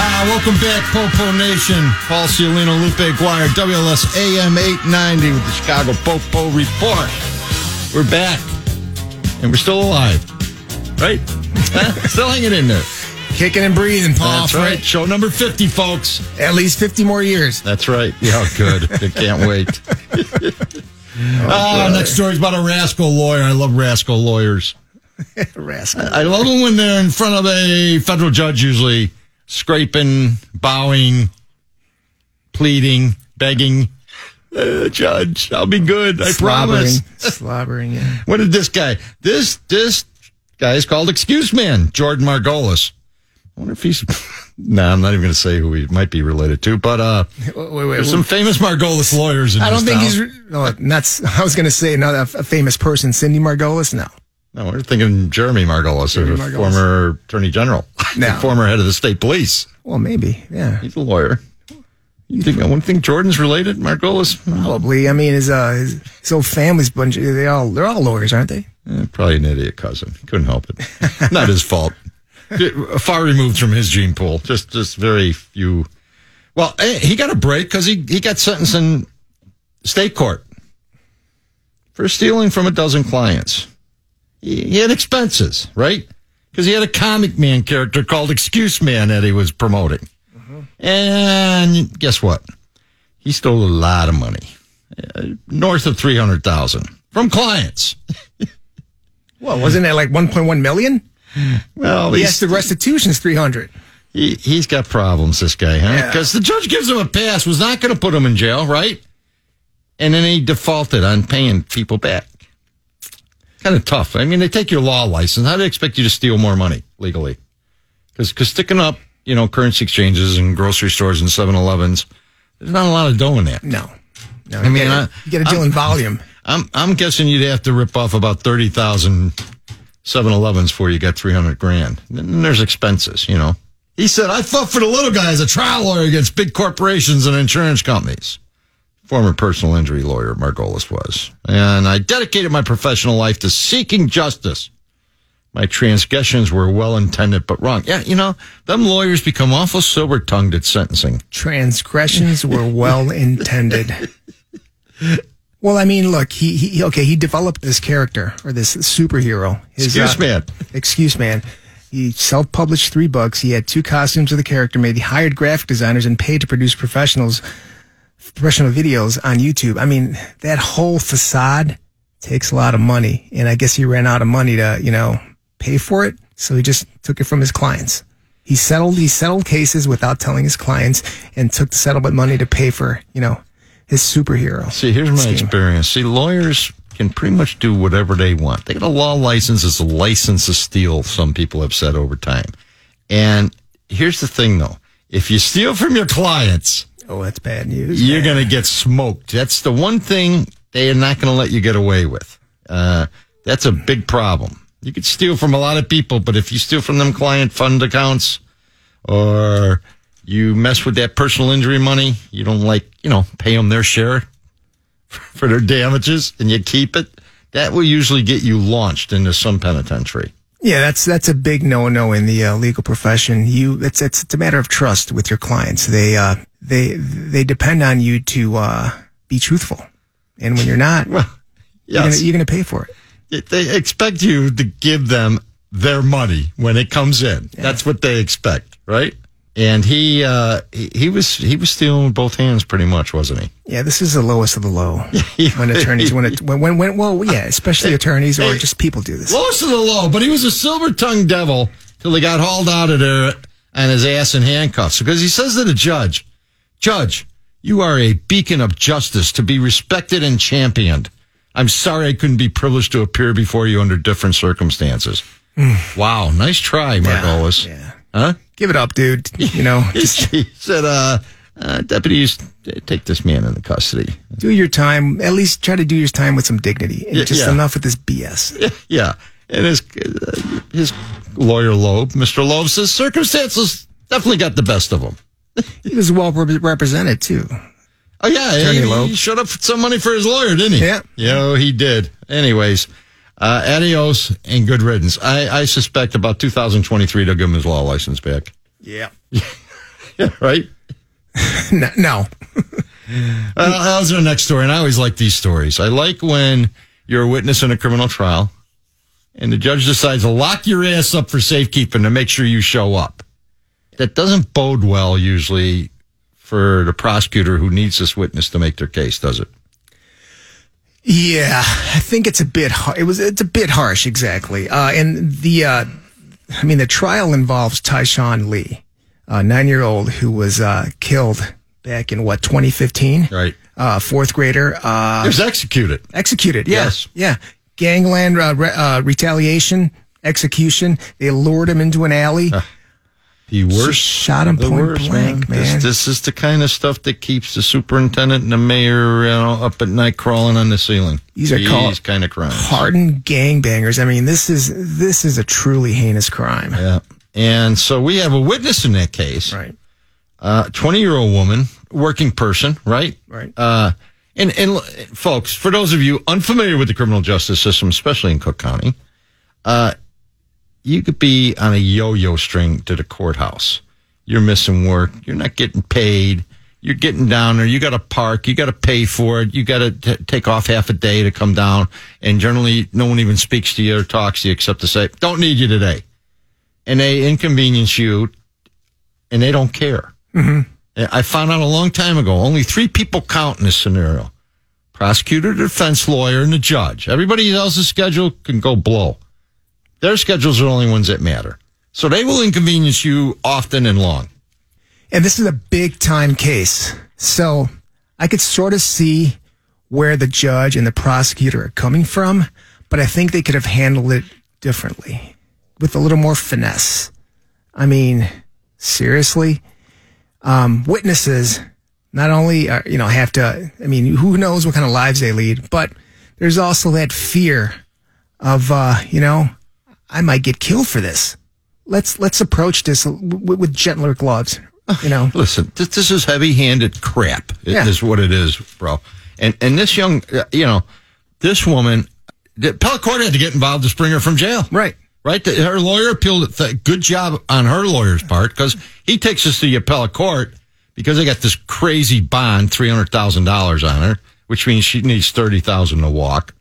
[SPEAKER 1] Ah, welcome back, Popo Nation. Paul Ciolino, Lupe Aguirre, WLS AM 890 with the Chicago Popo Report. We're back, and we're still alive, right? Huh? still hanging in there.
[SPEAKER 2] Kicking and breathing, Paul.
[SPEAKER 1] That's
[SPEAKER 2] for
[SPEAKER 1] right. Show number 50, folks.
[SPEAKER 2] At least 50 more years.
[SPEAKER 1] That's right. Yeah, oh, good. I can't wait. Ah, next story's about a rascal lawyer. I love rascal lawyers.
[SPEAKER 2] Rascal.
[SPEAKER 1] I love them when they're in front of a federal judge, usually scraping, bowing, pleading, begging. Uh, judge, I'll be good. I promise.
[SPEAKER 2] Slobbering, yeah.
[SPEAKER 1] What did this guy? This this guy is called Excuse Man, Jordan Margolis. I wonder if he's. no, nah, I'm not even going to say who he might be related to, but uh,
[SPEAKER 2] Wait, wait, wait.
[SPEAKER 1] there's some famous Margolis lawyers in
[SPEAKER 2] I don't
[SPEAKER 1] this
[SPEAKER 2] think
[SPEAKER 1] town.
[SPEAKER 2] he's. re- No, that's. I was going to say another a famous person, Cindy Margolis. No.
[SPEAKER 1] No, we're thinking Jeremy Margolis,
[SPEAKER 2] Jeremy
[SPEAKER 1] the
[SPEAKER 2] Margolis.
[SPEAKER 1] former attorney general,
[SPEAKER 2] No.
[SPEAKER 1] the former head of the state police.
[SPEAKER 2] Well, maybe. Yeah.
[SPEAKER 1] He's a lawyer. You think I wouldn't think Jordan's related, Margolis?
[SPEAKER 2] Probably. I mean, his uh, his, his whole family's bunch. They all they're all lawyers, aren't they?
[SPEAKER 1] Eh, probably an idiot cousin. Couldn't help it. Not his fault. Far removed from his gene pool. Just, just very few. Well, eh, he got a break because he he got sentenced in state court for stealing from a dozen clients. he had expenses, right? Because he had a comic man character called Excuse Man that he was promoting. And guess what? He stole a lot of money, uh, north of 300,000 from clients.
[SPEAKER 2] Well, wasn't it like 1.1 million?
[SPEAKER 1] Well, he's,
[SPEAKER 2] Yes, the restitution's 300.
[SPEAKER 1] he, he's got problems, this guy, huh?
[SPEAKER 2] Yeah.
[SPEAKER 1] Because the judge gives him a pass, was not going to put him in jail, right? And then he defaulted on paying people back. Kind of tough. I mean, they take your law license. How do they expect you to steal more money legally? Because sticking up, you know, currency exchanges and grocery stores and 7 Elevens, there's not a lot of dough in that.
[SPEAKER 2] No, no.
[SPEAKER 1] mean,
[SPEAKER 2] you
[SPEAKER 1] I-
[SPEAKER 2] gotta, you gotta deal in volume.
[SPEAKER 1] I'm I'm guessing you'd have to rip off about 30,000 7-Elevens before you got 300 grand. Then there's expenses, you know. He said, I fought for the little guy as a trial lawyer against big corporations and insurance companies. Former personal injury lawyer Margolis was. And I dedicated my professional life to seeking justice. My transgressions were well intended but wrong. Yeah, you know, them lawyers become awful sober tongued at sentencing.
[SPEAKER 2] Transgressions were well intended. Well, I mean, look, he, he okay, he developed this character or this superhero. His,
[SPEAKER 1] Excuse
[SPEAKER 2] uh,
[SPEAKER 1] man.
[SPEAKER 2] Excuse man. He self-published three books. He had two costumes of the character made. He hired graphic designers and paid to produce professionals, professional videos on YouTube. I mean, that whole facade takes a lot of money, and I guess he ran out of money to you know pay for it, so he just took it from his clients. He settled he settled cases without telling his clients and took the settlement money to pay for you know his superhero.
[SPEAKER 1] See, here's my
[SPEAKER 2] scheme.
[SPEAKER 1] experience. See, lawyers can pretty much do whatever they want. They get a law license. It's a license to steal, some people have said over time. And here's the thing, though. If you steal from your clients,
[SPEAKER 2] Oh, that's bad news.
[SPEAKER 1] you're
[SPEAKER 2] man.
[SPEAKER 1] going to get smoked. That's the one thing they are not going to let you get away with. Uh, that's a big problem. You could steal from a lot of people, but if you steal from them client fund accounts or you mess with that personal injury money, you don't like, you know, pay them their share for their damages and you keep it. That will usually get you launched into some penitentiary.
[SPEAKER 2] Yeah, that's that's a big no-no in the uh, legal profession. You, it's it's it's a matter of trust with your clients. They uh they they depend on you to uh be truthful, and when you're not,
[SPEAKER 1] Well,
[SPEAKER 2] you're, gonna,
[SPEAKER 1] yes.
[SPEAKER 2] you're gonna pay for it.
[SPEAKER 1] they expect you to give them their money when it comes in. That's what they expect, right? And he uh, he, he was he was stealing with both hands, pretty much, wasn't he?
[SPEAKER 2] Yeah, this is the lowest of the low when attorneys when it when when, when well yeah, especially attorneys or just people do this.
[SPEAKER 1] Lowest of the low, but he was a silver tongued devil till he got hauled out of there on his ass in handcuffs. Because he says to the judge, Judge, you are a beacon of justice to be respected and championed. I'm sorry I couldn't be privileged to appear before you under different circumstances. Wow, nice try, Margolis.
[SPEAKER 2] Hmm. yeah.
[SPEAKER 1] Huh?
[SPEAKER 2] Give it up, dude. You know,
[SPEAKER 1] he said, uh, uh, deputies, t- take this man into custody.
[SPEAKER 2] do your time. At least try to do your time with some dignity. And
[SPEAKER 1] Yeah,
[SPEAKER 2] just
[SPEAKER 1] yeah.
[SPEAKER 2] enough with this BS.
[SPEAKER 1] Yeah. And his, uh, his lawyer Loeb, Mr. Loeb says circumstances definitely got the best of him.
[SPEAKER 2] He was well rep- represented too.
[SPEAKER 1] Oh yeah,
[SPEAKER 2] Attorney
[SPEAKER 1] he,
[SPEAKER 2] Loeb.
[SPEAKER 1] he showed up for some money for his lawyer, didn't he?
[SPEAKER 2] Yeah.
[SPEAKER 1] You know, he did. Anyways, uh, adios and good riddance. I, I suspect about 2023 they'll give him his law license back.
[SPEAKER 2] Yeah.
[SPEAKER 1] Yeah, right.
[SPEAKER 2] No. no.
[SPEAKER 1] Uh, how's our next story? And I always like these stories. I like when you're a witness in a criminal trial and the judge decides to lock your ass up for safekeeping to make sure you show up. That doesn't bode well usually for the prosecutor who needs this witness to make their case, does it?
[SPEAKER 2] Yeah, I think it's a bit. har- It was. It's a bit harsh, exactly. Uh, and the, uh, I mean, the trial involves Tyshawn Lee, a nine-year-old who was uh, killed back in what 2015.
[SPEAKER 1] Right.
[SPEAKER 2] Uh, fourth grader uh,
[SPEAKER 1] It was executed.
[SPEAKER 2] executed. yeah,
[SPEAKER 1] Yes.
[SPEAKER 2] Yeah. Gangland uh, re- uh, retaliation execution. They lured him into an alley.
[SPEAKER 1] Uh. The worst.
[SPEAKER 2] shot him
[SPEAKER 1] the
[SPEAKER 2] point
[SPEAKER 1] worst,
[SPEAKER 2] blank, man.
[SPEAKER 1] This, this is the kind of stuff that keeps the superintendent and the mayor you know, up at night crawling on the ceiling.
[SPEAKER 2] These are called
[SPEAKER 1] kind of crimes.
[SPEAKER 2] Hardened gangbangers. I mean, this is this is a truly heinous crime.
[SPEAKER 1] Yeah. And so we have a witness in that case.
[SPEAKER 2] Right.
[SPEAKER 1] uh, 20 year old woman, working person, right?
[SPEAKER 2] Right.
[SPEAKER 1] Uh, and, and l- folks, for those of you unfamiliar with the criminal justice system, especially in Cook County, uh, you could be on a yo yo string to the courthouse. You're missing work. You're not getting paid. You're getting down there. You got to park. You got to pay for it. You got to t- take off half a day to come down. And generally, no one even speaks to you or talks to you except to say, don't need you today. And they inconvenience you and they don't care. Mm-hmm. I found out a long time ago, only three people count in this scenario. Prosecutor, defense lawyer, and the judge. Everybody else's schedule can go blow. Their schedules are the only ones that matter. So they will inconvenience you often and long.
[SPEAKER 2] And this is a big time case. So I could sort of see where the judge and the prosecutor are coming from, but I think they could have handled it differently with a little more finesse. I mean, seriously, um, witnesses not only are, you know, have to, I mean, who knows what kind of lives they lead, but there's also that fear of, uh, you know, I might get killed for this. Let's, let's approach this w- with gentler gloves, you know?
[SPEAKER 1] Listen, this, this is heavy-handed crap. i-
[SPEAKER 2] Yeah.
[SPEAKER 1] Is what it is, bro. And and this young, uh, you know, this woman, the appellate court had to get involved to spring her from jail.
[SPEAKER 2] Right.
[SPEAKER 1] Right. The- Her lawyer appealed. it. Th- Good job on her lawyer's part because he takes us to the appellate court because they got this crazy bond, three hundred thousand dollars on her, which means she needs thirty thousand to walk.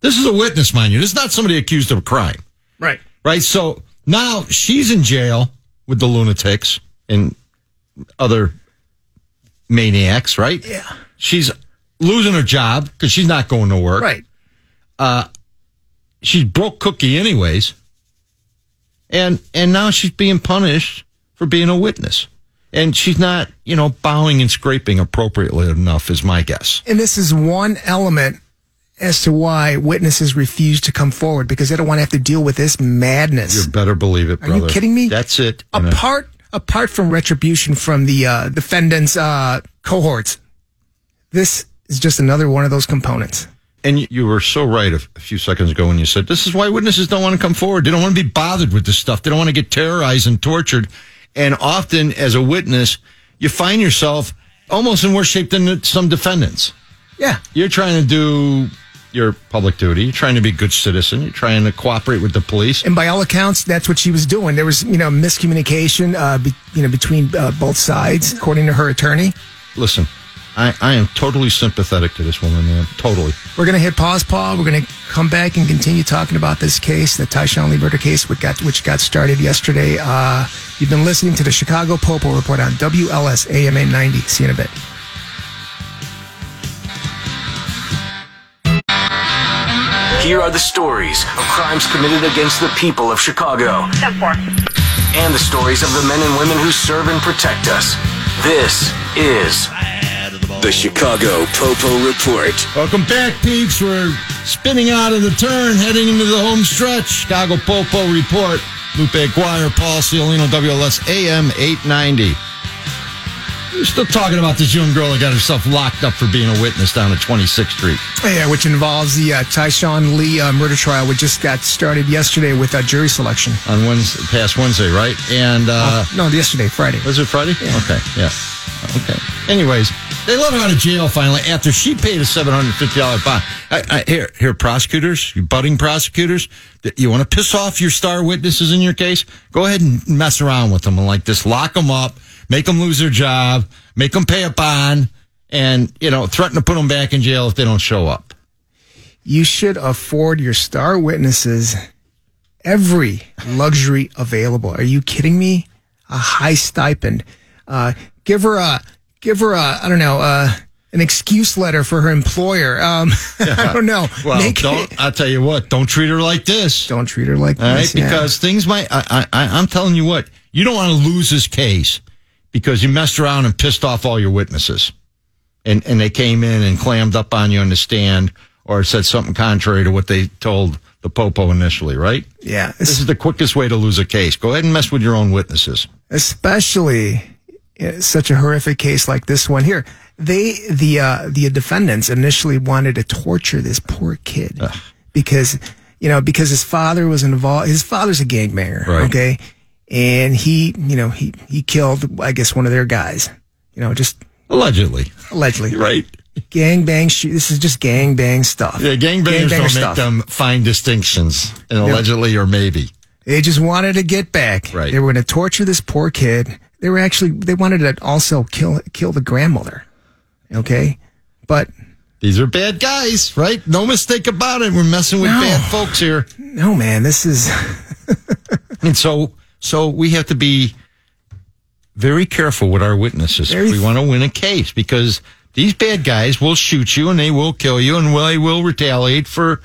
[SPEAKER 1] This is a witness, mind you. This is not somebody accused of a crime
[SPEAKER 2] Right.
[SPEAKER 1] right? So now she's in jail with the lunatics and other maniacs, right?
[SPEAKER 2] Yeah.
[SPEAKER 1] She's losing her job because she's not going to work.
[SPEAKER 2] Right.
[SPEAKER 1] She's broke cookie anyways. And and now she's being punished for being a witness. And she's not, you know, bowing and scraping appropriately enough is my guess.
[SPEAKER 2] And this is one element as to why witnesses refuse to come forward because they don't want to have to deal with this madness.
[SPEAKER 1] You better believe it,
[SPEAKER 2] Are
[SPEAKER 1] brother.
[SPEAKER 2] you kidding me?
[SPEAKER 1] That's it. uh, in a-
[SPEAKER 2] Apart apart from retribution from the uh, defendant's uh, cohorts, this is just another one of those components.
[SPEAKER 1] And you- you were so right a a few seconds ago when you said this is why witnesses don't want to come forward. They don't want to be bothered with this stuff. They don't want to get terrorized and tortured. And often, as a witness, you find yourself almost in worse shape than some defendants.
[SPEAKER 2] Yeah.
[SPEAKER 1] You're trying to do your public duty. You're trying to be a good citizen. You're trying to cooperate with the police.
[SPEAKER 2] And by all accounts, that's what she was doing. There was, you know, miscommunication, uh, be, you know, between uh, both sides, according to her attorney.
[SPEAKER 1] Listen, I, I am totally sympathetic to this woman, man. Totally.
[SPEAKER 2] We're going to hit pause, Paul. We're going to come back and continue talking about this case, the Tyshawn Lee murder case, which got, which got started yesterday. Uh, you've been listening to the Chicago Popo Report on WLS AMA 90. See you in a bit.
[SPEAKER 4] Here are the stories of crimes committed against the people of Chicago
[SPEAKER 3] Step four.
[SPEAKER 4] and the stories of the men and women who serve and protect us. This is
[SPEAKER 5] The Chicago Popo Report.
[SPEAKER 1] Welcome back, peeps. We're spinning out of the turn, heading into the home stretch. Chicago Popo Report. Lupe Aguirre, Paul Ciolino, WLS AM 890. We're still talking about this young girl that got herself locked up for being a witness down at 26th Street.
[SPEAKER 2] Yeah, which involves the uh, Tyshawn Lee uh, murder trial, which just got started yesterday with uh, jury selection.
[SPEAKER 1] on Wednesday, past Wednesday, right? And uh,
[SPEAKER 2] no, yesterday, Friday.
[SPEAKER 1] was it Friday? Okay, yeah, okay. Anyways, they let her out of jail finally after she paid a seven hundred fifty dollar bond. I, I, here, here, prosecutors, you budding prosecutors, that you want to piss off your star witnesses in your case? Go ahead and mess around with them and like this, lock them up, make them lose their job, make them pay a bond, and you know, threaten to put them back in jail if they don't show up.
[SPEAKER 2] You should afford your star witnesses every luxury available. Are you kidding me? A high stipend. Uh, give her a, give her a, I don't know, uh, an excuse letter for her employer. Um, I don't know.
[SPEAKER 1] Well,
[SPEAKER 2] Oh, Make-
[SPEAKER 1] don't. I'll tell you what. Don't treat her like this.
[SPEAKER 2] don't treat her like
[SPEAKER 1] All right,
[SPEAKER 2] this. yeah.
[SPEAKER 1] because things might. I, I, I- I'm telling you what, you don't want to lose this case because you messed around and pissed off all your witnesses, and and they came in and clammed up on you on the stand or said something contrary to what they told the popo initially, right?
[SPEAKER 2] yeah,
[SPEAKER 1] This is the quickest way to lose a case. Go ahead and mess with your own witnesses.
[SPEAKER 2] especially uh, such a horrific case like this one here. They the uh, the defendants initially wanted to torture this poor kid because you know because his father was involved. His father's a gangbanger,
[SPEAKER 1] Right.
[SPEAKER 2] okay, and he you know he he killed I guess one of their guys, you know, just
[SPEAKER 1] Allegedly,
[SPEAKER 2] allegedly
[SPEAKER 1] right?
[SPEAKER 2] gang bang. Sh- this is just gang bang stuff.
[SPEAKER 1] Yeah, gangbangers
[SPEAKER 2] Gangbanger
[SPEAKER 1] don't make
[SPEAKER 2] stuff.
[SPEAKER 1] them fine distinctions, and allegedly or maybe.
[SPEAKER 2] They just wanted to get back.
[SPEAKER 1] Right.
[SPEAKER 2] They were going to torture this poor kid. They were actually they wanted to also kill kill the grandmother. Okay, but
[SPEAKER 1] These are bad guys, right? No mistake about it. We're messing with
[SPEAKER 2] No.
[SPEAKER 1] bad folks here.
[SPEAKER 2] no, man, this is
[SPEAKER 1] And so, so we have to be very careful with our witnesses.
[SPEAKER 2] Very-
[SPEAKER 1] if we want to win a case because these bad guys will shoot you and they will kill you and they will retaliate for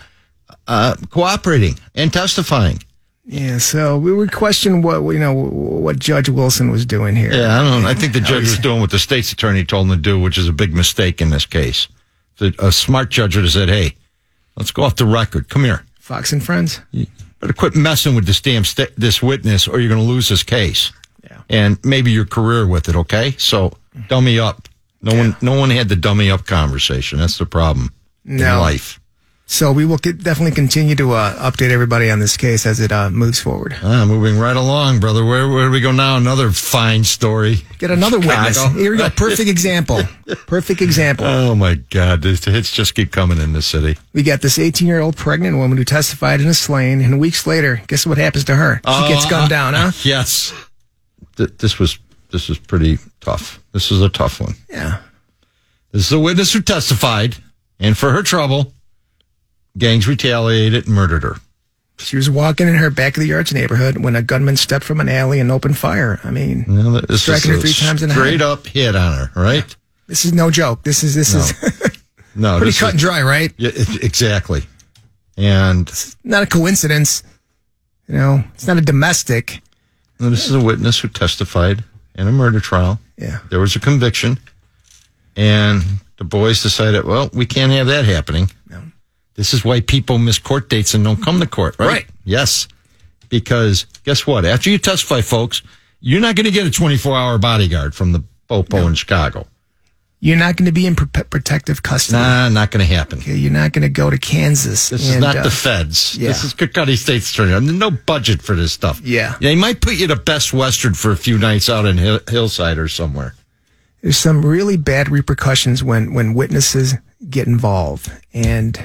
[SPEAKER 1] uh, cooperating and testifying.
[SPEAKER 2] yeah. So we would question what you know what Judge Wilson was doing here.
[SPEAKER 1] Yeah, I don't. I think the judge was doing what the state's attorney told him to do, which is a big mistake in this case. The, a smart judge would have said, "Hey, let's go off the record. Come here.
[SPEAKER 2] Fox and Friends.
[SPEAKER 1] Better quit messing with this damn sta this witness, or you're going to lose this case,
[SPEAKER 2] Yeah.
[SPEAKER 1] and maybe your career with it." Okay, so dummy up. No one, no one had the dummy up conversation. That's the problem in
[SPEAKER 2] No.
[SPEAKER 1] life.
[SPEAKER 2] So we will get, definitely continue to uh, update everybody on this case as it uh, moves forward.
[SPEAKER 1] Ah, moving right along, brother. Where where do we go now? Another fine story.
[SPEAKER 2] Get another witness.
[SPEAKER 1] Chicago.
[SPEAKER 2] Here we go. Perfect example. Perfect example.
[SPEAKER 1] Oh my God, the hits just keep coming in this city.
[SPEAKER 2] We got this 18 year old pregnant woman who testified and is slain, and weeks later, guess what happens to her? She gets
[SPEAKER 1] Uh-huh.
[SPEAKER 2] gunned down, huh?
[SPEAKER 1] Yes. Th- this was this was pretty tough. This is a tough one.
[SPEAKER 2] Yeah.
[SPEAKER 1] This is a witness who testified, and for her trouble, gangs retaliated and murdered her.
[SPEAKER 2] She was walking in her back of the yards neighborhood when a gunman stepped from an alley and opened fire. I mean,
[SPEAKER 1] Now, th- This
[SPEAKER 2] Striking
[SPEAKER 1] is
[SPEAKER 2] her three times in the
[SPEAKER 1] straight
[SPEAKER 2] head.
[SPEAKER 1] up hit on her, right?
[SPEAKER 2] this is no joke. This is this is
[SPEAKER 1] No,
[SPEAKER 2] pretty
[SPEAKER 1] this
[SPEAKER 2] cut and
[SPEAKER 1] is,
[SPEAKER 2] dry, right?
[SPEAKER 1] yeah, it- exactly. And
[SPEAKER 2] Not a coincidence. You know, it's not a domestic.
[SPEAKER 1] this is a witness who testified in a murder trial.
[SPEAKER 2] Yeah.
[SPEAKER 1] There was a conviction, and the boys decided, well, we can't have that happening.
[SPEAKER 2] No.
[SPEAKER 1] This is why people miss court dates and don't come to court, right?
[SPEAKER 2] Right.
[SPEAKER 1] Yes. Because guess what? After you testify, folks, you're not going to get a 24 hour bodyguard from the Popo in Chicago.
[SPEAKER 2] You're not going to be in pro- protective custody.
[SPEAKER 1] Nah, not going to happen.
[SPEAKER 2] Okay, You're not going to go to Kansas.
[SPEAKER 1] This is
[SPEAKER 2] and,
[SPEAKER 1] not
[SPEAKER 2] uh,
[SPEAKER 1] the feds.
[SPEAKER 2] yeah.
[SPEAKER 1] This is Cook County State's Attorney. There's no budget for this stuff.
[SPEAKER 2] Yeah.
[SPEAKER 1] They might put you to Best Western for a few nights out in Hill- Hillside or somewhere.
[SPEAKER 2] there's some really bad repercussions when when witnesses get involved and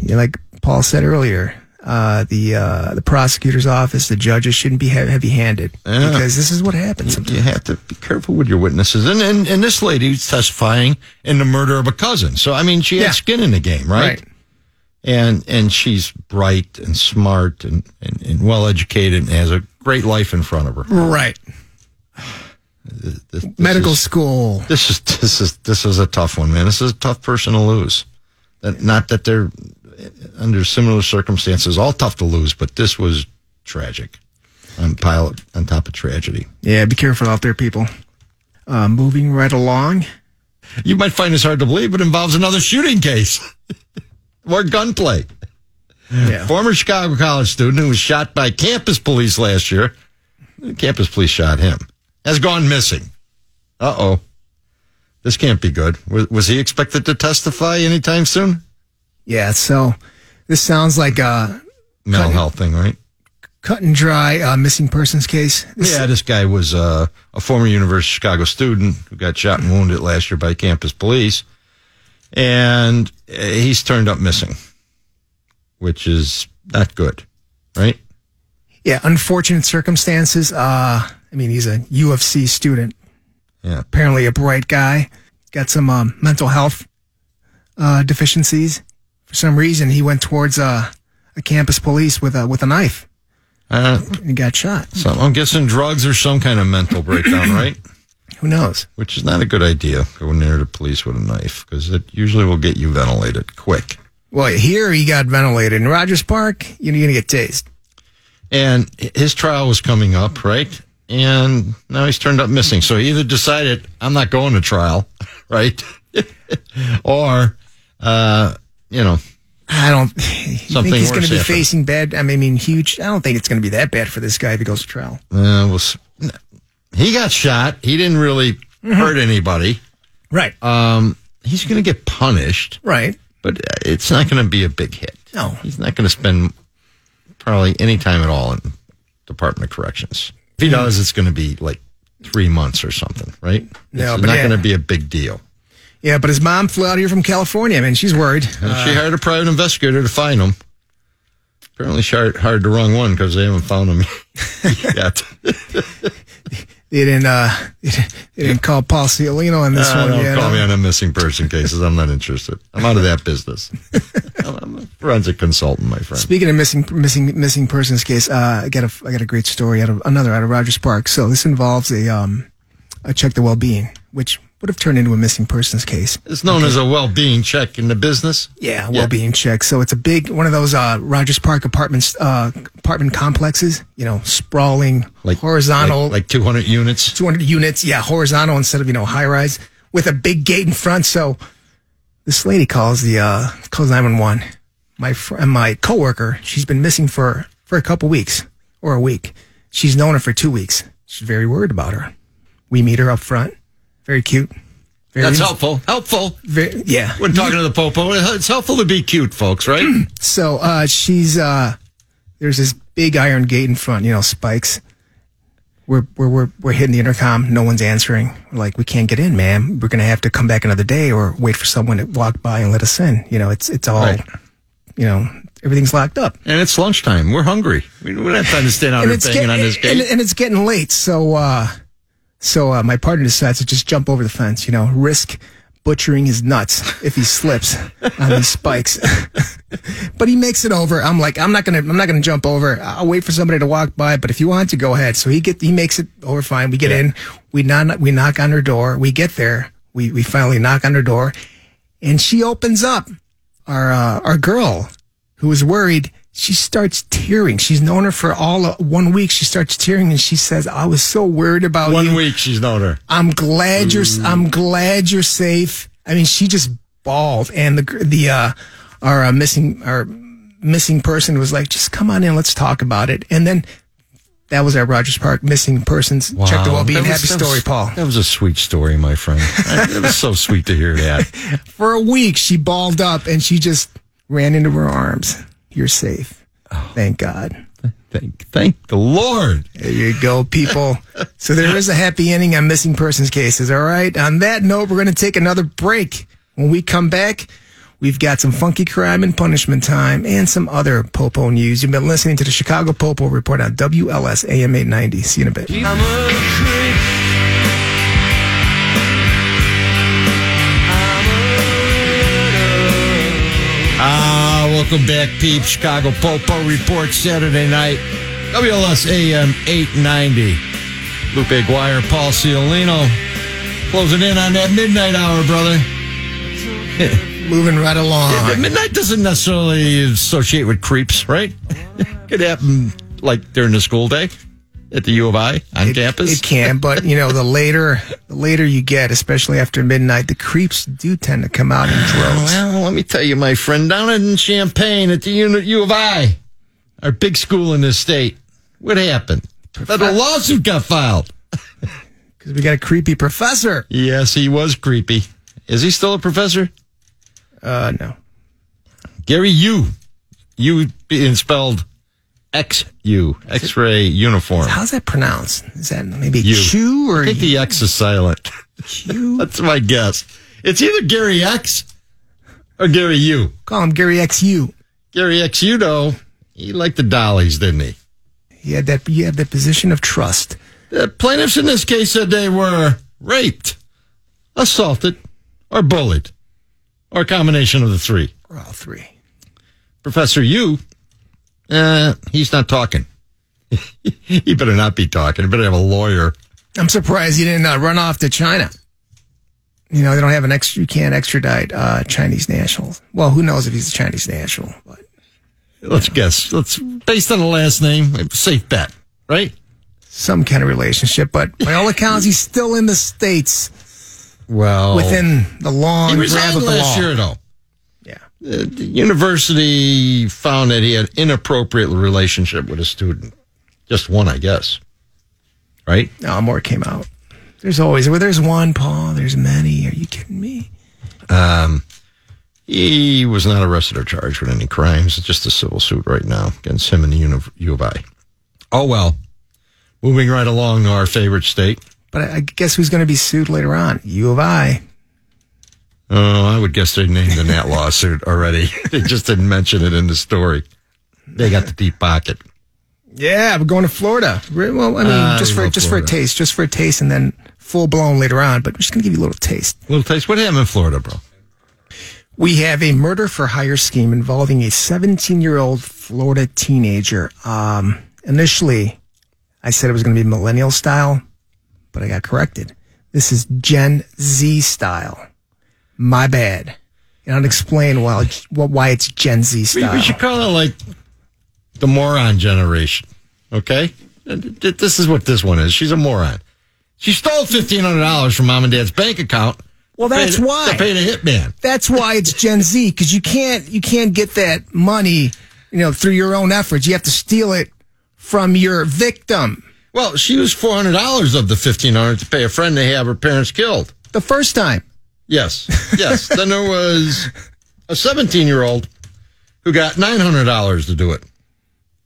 [SPEAKER 2] you know, like paul said earlier uh, the uh, the prosecutor's office the judges shouldn't be heavy handed
[SPEAKER 1] Yeah.
[SPEAKER 2] because this is what happens sometimes.
[SPEAKER 1] You have to be careful with your witnesses. And, and, and this lady's testifying in the murder of a cousin. So, I mean, she had
[SPEAKER 2] Yeah.
[SPEAKER 1] skin in the game, right? and and she's bright and smart and, and, and well educated and has a great life in front of her.
[SPEAKER 2] right
[SPEAKER 1] This, this
[SPEAKER 2] medical
[SPEAKER 1] is-
[SPEAKER 2] school
[SPEAKER 1] This is this is this is a tough one, man. This is a tough person to lose. That- Not that they're under similar circumstances, all tough to lose, but this was tragic. On pile on top of tragedy,
[SPEAKER 2] yeah be careful out there people uh, moving right along
[SPEAKER 1] you might find this hard to believe, but it involves another shooting case or gunplay.
[SPEAKER 2] yeah
[SPEAKER 1] Former Chicago college student who was shot by campus police last year. Campus police shot him. Has gone missing. Uh oh. This can't be good. Was, was he expected to testify anytime soon?
[SPEAKER 2] yeah so this sounds like a
[SPEAKER 1] Mental health thing, right?
[SPEAKER 2] cut and dry uh, missing persons case This-
[SPEAKER 1] Yeah, this guy was uh, a former University of Chicago student who got shot and wounded last year by campus police, and uh, he's turned up missing, which is not good, right?
[SPEAKER 2] yeah unfortunate circumstances uh i mean he's a ufc student
[SPEAKER 1] Yeah.
[SPEAKER 2] apparently a bright guy got some um, mental health uh deficiencies for some reason he went towards uh a campus police with a with a knife
[SPEAKER 1] Uh,
[SPEAKER 2] and he got shot
[SPEAKER 1] So I'm guessing drugs or some kind of mental breakdown, right?
[SPEAKER 2] who knows
[SPEAKER 1] Which is not a good idea going near the police with a knife because it usually will get you ventilated quick.
[SPEAKER 2] well here he got ventilated in rogers park you know you're gonna get tased
[SPEAKER 1] And his trial was coming up, right? And now he's turned up missing. So he either decided I'm not going to trial, right? or, uh, you know,
[SPEAKER 2] i don't you think
[SPEAKER 1] Something
[SPEAKER 2] he's gonna
[SPEAKER 1] worse
[SPEAKER 2] be
[SPEAKER 1] happened.
[SPEAKER 2] facing bad i mean I mean, huge i don't think it's gonna be that bad for this guy if he goes to trial
[SPEAKER 1] uh, we'll s he got shot. He didn't really
[SPEAKER 2] Mm-hmm.
[SPEAKER 1] hurt anybody.
[SPEAKER 2] right uh,
[SPEAKER 1] Um, he's going to get punished.
[SPEAKER 2] right
[SPEAKER 1] but uh, it's not going to be a big hit.
[SPEAKER 2] No.
[SPEAKER 1] he's not going to spend probably any time at all in Department of Corrections. If he
[SPEAKER 2] Mm-hmm.
[SPEAKER 1] does, it's going to be like three months or something, right?
[SPEAKER 2] No,
[SPEAKER 1] it's
[SPEAKER 2] but
[SPEAKER 1] not
[SPEAKER 2] yeah.
[SPEAKER 1] going to be a big deal.
[SPEAKER 2] yeah but his mom flew out here from california I mean, she's worried
[SPEAKER 1] And she hired a private investigator to find him. Apparently, she hired hired the wrong one because they haven't found him yet.
[SPEAKER 2] they didn't uh, they didn't call Paul Ciolino on this
[SPEAKER 1] Uh,
[SPEAKER 2] one
[SPEAKER 1] don't
[SPEAKER 2] yet.
[SPEAKER 1] call
[SPEAKER 2] huh?
[SPEAKER 1] me on a missing person cases. I'm not interested. I'm out of that business. I'm a forensic consultant, my friend.
[SPEAKER 2] Speaking of missing missing missing persons case, uh, I got a I got a great story out of another out of Rogers Park. So this involves a um a check the well being, which would have turned into a missing persons case.
[SPEAKER 1] It's known as a well-being check in the business.
[SPEAKER 2] Yeah, well being check. So it's a big one of those uh, Rogers Park apartments uh, apartment complexes. You know, sprawling, horizontal,
[SPEAKER 1] like, like 200 units.
[SPEAKER 2] 200 units. Yeah, horizontal instead of, you know, high rise with a big gate in front. So this lady calls the, uh, calls 911. My, fr- uh, my coworker, she's been missing for, for a couple weeks or a week. She's known her for two weeks. She's very worried about her. We meet her up front. Very cute. Very,
[SPEAKER 1] That's helpful. Helpful.
[SPEAKER 2] Very, yeah.
[SPEAKER 1] When talking to the popo, it's helpful to be cute, folks, right?
[SPEAKER 2] So, uh, she's, uh, there's this big iron gate in front, you know, spikes. We're, we're, we're, we're hitting the intercom. No one's answering. We're like, we can't get in, ma'am. We're going to have to come back another day or wait for someone to walk by and let us in. You know, it's, it's all,
[SPEAKER 1] Right.
[SPEAKER 2] you know, everything's locked up.
[SPEAKER 1] and it's lunchtime. We're hungry. We we don't have time to stand out
[SPEAKER 2] And
[SPEAKER 1] here
[SPEAKER 2] it's,
[SPEAKER 1] banging
[SPEAKER 2] get-
[SPEAKER 1] on this
[SPEAKER 2] and,
[SPEAKER 1] gate.
[SPEAKER 2] and it's getting late. So, uh, so, uh, my partner decides to just jump over the fence, you know, risk butchering his nuts if he slips on these spikes. but he makes it over. I'm like, I'm not gonna, I'm not gonna jump over. I'll wait for somebody to walk by. But if you want to, go ahead. So he get, he makes it over. Fine. We get in. We knock, we knock on her door. We get there. We we finally knock on her door, and she opens up. Our uh, our girl, who was worried, she starts tearing. She's known her for all uh, one week. She starts tearing, and she says, "I was so worried about you."
[SPEAKER 1] One week she's known her.
[SPEAKER 2] I'm glad you're. I'm glad you're safe. I mean, she just bawled, and the gr- the uh, our uh, missing our missing person was like, "Just come on in, let's talk about it." And then that was our Rogers Park missing persons. Check the
[SPEAKER 1] Wow.
[SPEAKER 2] well-being.
[SPEAKER 1] That was-
[SPEAKER 2] Happy
[SPEAKER 1] that was-
[SPEAKER 2] story, Paul.
[SPEAKER 1] That was a sweet story, my friend. it was so sweet to hear that.
[SPEAKER 2] For a week, she balled up, and she just ran into her arms. You're safe. Thank God.
[SPEAKER 1] Thank, thank the Lord.
[SPEAKER 2] There you go, people. so there is a happy ending on missing persons cases. All right. On that note, we're going to take another break. When we come back, we've got some funky crime and punishment time and some other Popo news. You've been listening to the Chicago Popo Report on WLS AM 890. See you in a bit.
[SPEAKER 1] Ah, welcome back, Peep. Chicago Popo Report Saturday night. WLS AM 890. Lupe Aguirre, Paul Ciolino. Closing in on that midnight hour, brother.
[SPEAKER 2] Moving right
[SPEAKER 1] Yeah,
[SPEAKER 2] along.
[SPEAKER 1] midnight doesn't necessarily associate with creeps, right? Could happen like during the school day at the U of I on campus.
[SPEAKER 2] It can, but you know, the later the later you get, especially after midnight, the creeps do tend to come out in droves.
[SPEAKER 1] Well, let me tell you, my friend, down in Champaign at the U, U of I, our big school in this state, what happened? That a lawsuit got filed.
[SPEAKER 2] Because we got a creepy professor.
[SPEAKER 1] Yes, he was creepy. Is he still a professor?
[SPEAKER 2] Uh no.
[SPEAKER 1] Gary U. U being spelled X U, X ray uniform.
[SPEAKER 2] How's that pronounced? Is that maybe
[SPEAKER 1] You.
[SPEAKER 2] Q or
[SPEAKER 1] I think the X is silent.
[SPEAKER 2] Q?
[SPEAKER 1] That's my guess. It's either Gary X or Gary U.
[SPEAKER 2] Call him Gary XU.
[SPEAKER 1] Gary X U, though, he liked the dollies, didn't he?
[SPEAKER 2] He had that. You have that position of trust.
[SPEAKER 1] The plaintiffs in this case said they were raped, assaulted, or bullied, or a combination of the three.
[SPEAKER 2] Or all three.
[SPEAKER 1] Professor U, uh, he's not talking. he better not be talking. He better have a lawyer.
[SPEAKER 2] I'm surprised you didn't uh, run off to China. You know they don't have an extra. You can't extradite uh, Chinese nationals. Well, who knows if he's a Chinese national? But
[SPEAKER 1] Let's guess. Let's based on the last name, safe bet, right?
[SPEAKER 2] some kind of relationship. But by all accounts, he's still in the states
[SPEAKER 1] Well,
[SPEAKER 2] within the long
[SPEAKER 1] Oh. he
[SPEAKER 2] grab
[SPEAKER 1] resigned
[SPEAKER 2] of the
[SPEAKER 1] last
[SPEAKER 2] law.
[SPEAKER 1] year, though.
[SPEAKER 2] Yeah.
[SPEAKER 1] The, the university found that he had inappropriate relationship with a student. Just one, I guess. Right?
[SPEAKER 2] No, more came out. There's always where there's one, Paul. There's many. Are you kidding me?
[SPEAKER 1] He was not arrested or charged with any crimes. It's just a civil suit right now against him and the Uni- U of I. Oh, well. Moving right along to our favorite state.
[SPEAKER 2] But I, I guess who's going to be sued later on? U of I.
[SPEAKER 1] Oh, I would guess they named in that lawsuit already. they just didn't mention it in the story. They got the deep pocket.
[SPEAKER 2] Yeah, we're going to Florida. Re- Well, I mean,
[SPEAKER 1] Ah,
[SPEAKER 2] just
[SPEAKER 1] we
[SPEAKER 2] for
[SPEAKER 1] love
[SPEAKER 2] just
[SPEAKER 1] Florida.
[SPEAKER 2] for a taste, just for a taste, and then full blown later on. But we're just gonna give you a little taste.
[SPEAKER 1] Little taste. What happened in Florida, bro?
[SPEAKER 2] We have a murder for hire scheme involving a 17 year old Florida teenager. Um, initially, I said it was going to be millennial style, but I got corrected. This is Gen Z style. My bad. And I'll explain why, why it's Gen Z
[SPEAKER 1] We, we
[SPEAKER 2] style.
[SPEAKER 1] should call it like the moron generation. Okay, Th- th- this is what this one is. She's a moron. She stole fifteen hundred dollars from mom and dad's bank account.
[SPEAKER 2] Well, that's
[SPEAKER 1] paid-
[SPEAKER 2] why.
[SPEAKER 1] to pay the hitman.
[SPEAKER 2] That's why it's Gen Z because you can't you can't get that money, you know, through your own efforts. You have to steal it from your victim.
[SPEAKER 1] Well, she used four hundred dollars of the fifteen hundred to pay a friend they have her parents killed.
[SPEAKER 2] The first time,
[SPEAKER 1] Yes, yes. then there was a seventeen-year-old who got nine hundred dollars to do it.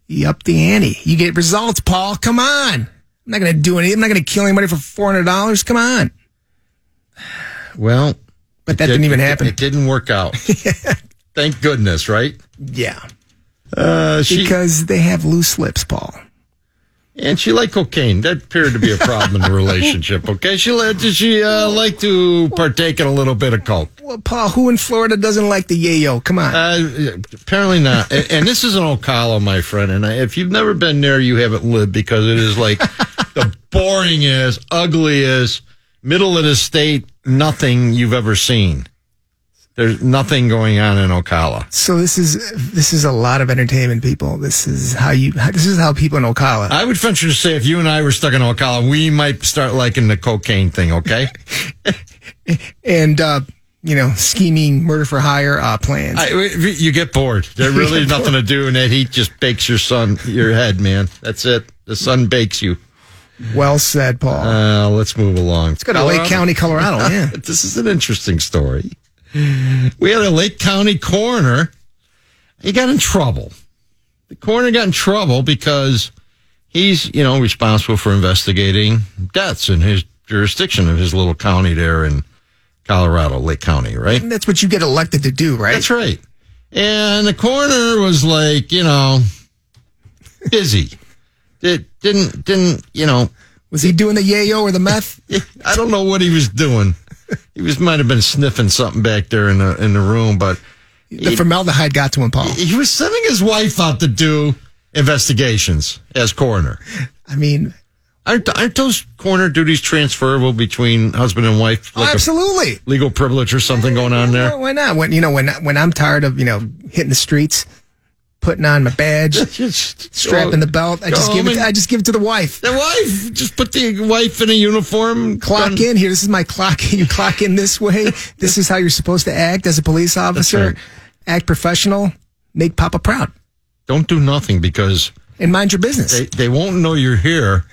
[SPEAKER 2] you up the ante. You get results, Paul. Come on. I'm not going to do anything. I'm not going to kill anybody for $400. Come on.
[SPEAKER 1] Well,
[SPEAKER 2] But that
[SPEAKER 1] it-
[SPEAKER 2] didn't even
[SPEAKER 1] it-
[SPEAKER 2] happen.
[SPEAKER 1] It didn't work out. Thank goodness, right?
[SPEAKER 2] yeah.
[SPEAKER 1] Uh, she
[SPEAKER 2] Because they have loose lips, Paul.
[SPEAKER 1] and she liked cocaine. That appeared to be a problem in the relationship. Okay, she liked she uh, liked to partake in a little bit of coke.
[SPEAKER 2] Well, Paul, who in Florida doesn't like the yayo? Come on.
[SPEAKER 1] Uh, apparently not. A- and this is an Ocala, my friend. And I, if you've never been there, you haven't lived because it is like the boringest, ugliest, middle of the state, nothing you've ever seen. There's nothing going on in Ocala.
[SPEAKER 2] so this is this is a lot of entertainment, people. This is how you. This is how people in Ocala.
[SPEAKER 1] I would venture to say if you and I were stuck in Ocala, we might start liking the cocaine thing, okay?
[SPEAKER 2] and uh, you know scheming murder for hire uh, plans.
[SPEAKER 1] I, you get bored. There's really nothing to do, and that heat just bakes your sun, your head, man. That's it. The sun bakes you.
[SPEAKER 2] well said, Paul.
[SPEAKER 1] Uh, let's move along.
[SPEAKER 2] Let's go to Lake County, Colorado. Oh, Yeah,
[SPEAKER 1] This is an interesting story. We had a Lake County coroner. He got in trouble. The coroner got in trouble because he's, you know, responsible for investigating deaths in his jurisdiction of his little county there in Colorado, Lake County, right?
[SPEAKER 2] that's what you get elected to do, right?
[SPEAKER 1] That's right. And the coroner was like, you know, busy. It didn't didn't you know?
[SPEAKER 2] Was he doing the yayo or the meth?
[SPEAKER 1] I don't know what he was doing. He was might have been sniffing something back there in the in the room, but
[SPEAKER 2] the formaldehyde got to him, Paul.
[SPEAKER 1] he was sending his wife out to do investigations as coroner.
[SPEAKER 2] I mean,
[SPEAKER 1] Aren't aren't those coroner duties transferable between husband and wife? Like
[SPEAKER 2] absolutely.
[SPEAKER 1] a legal privilege or something going on there?
[SPEAKER 2] Well, why not? When you know when when I'm tired of you know hitting the streets, putting on my badge,
[SPEAKER 1] Just
[SPEAKER 2] strapping the belt, I
[SPEAKER 1] go
[SPEAKER 2] just give
[SPEAKER 1] home
[SPEAKER 2] it.
[SPEAKER 1] and-
[SPEAKER 2] I just give it to the wife.
[SPEAKER 1] The wife just put the wife in a uniform.
[SPEAKER 2] Clock
[SPEAKER 1] gun-
[SPEAKER 2] in here. This is my clock. You clock in this way. This is how you're supposed to act as a police officer.
[SPEAKER 1] right.
[SPEAKER 2] Act professional. Make Papa proud.
[SPEAKER 1] Don't do nothing because
[SPEAKER 2] and mind your business.
[SPEAKER 1] they, they won't know you're here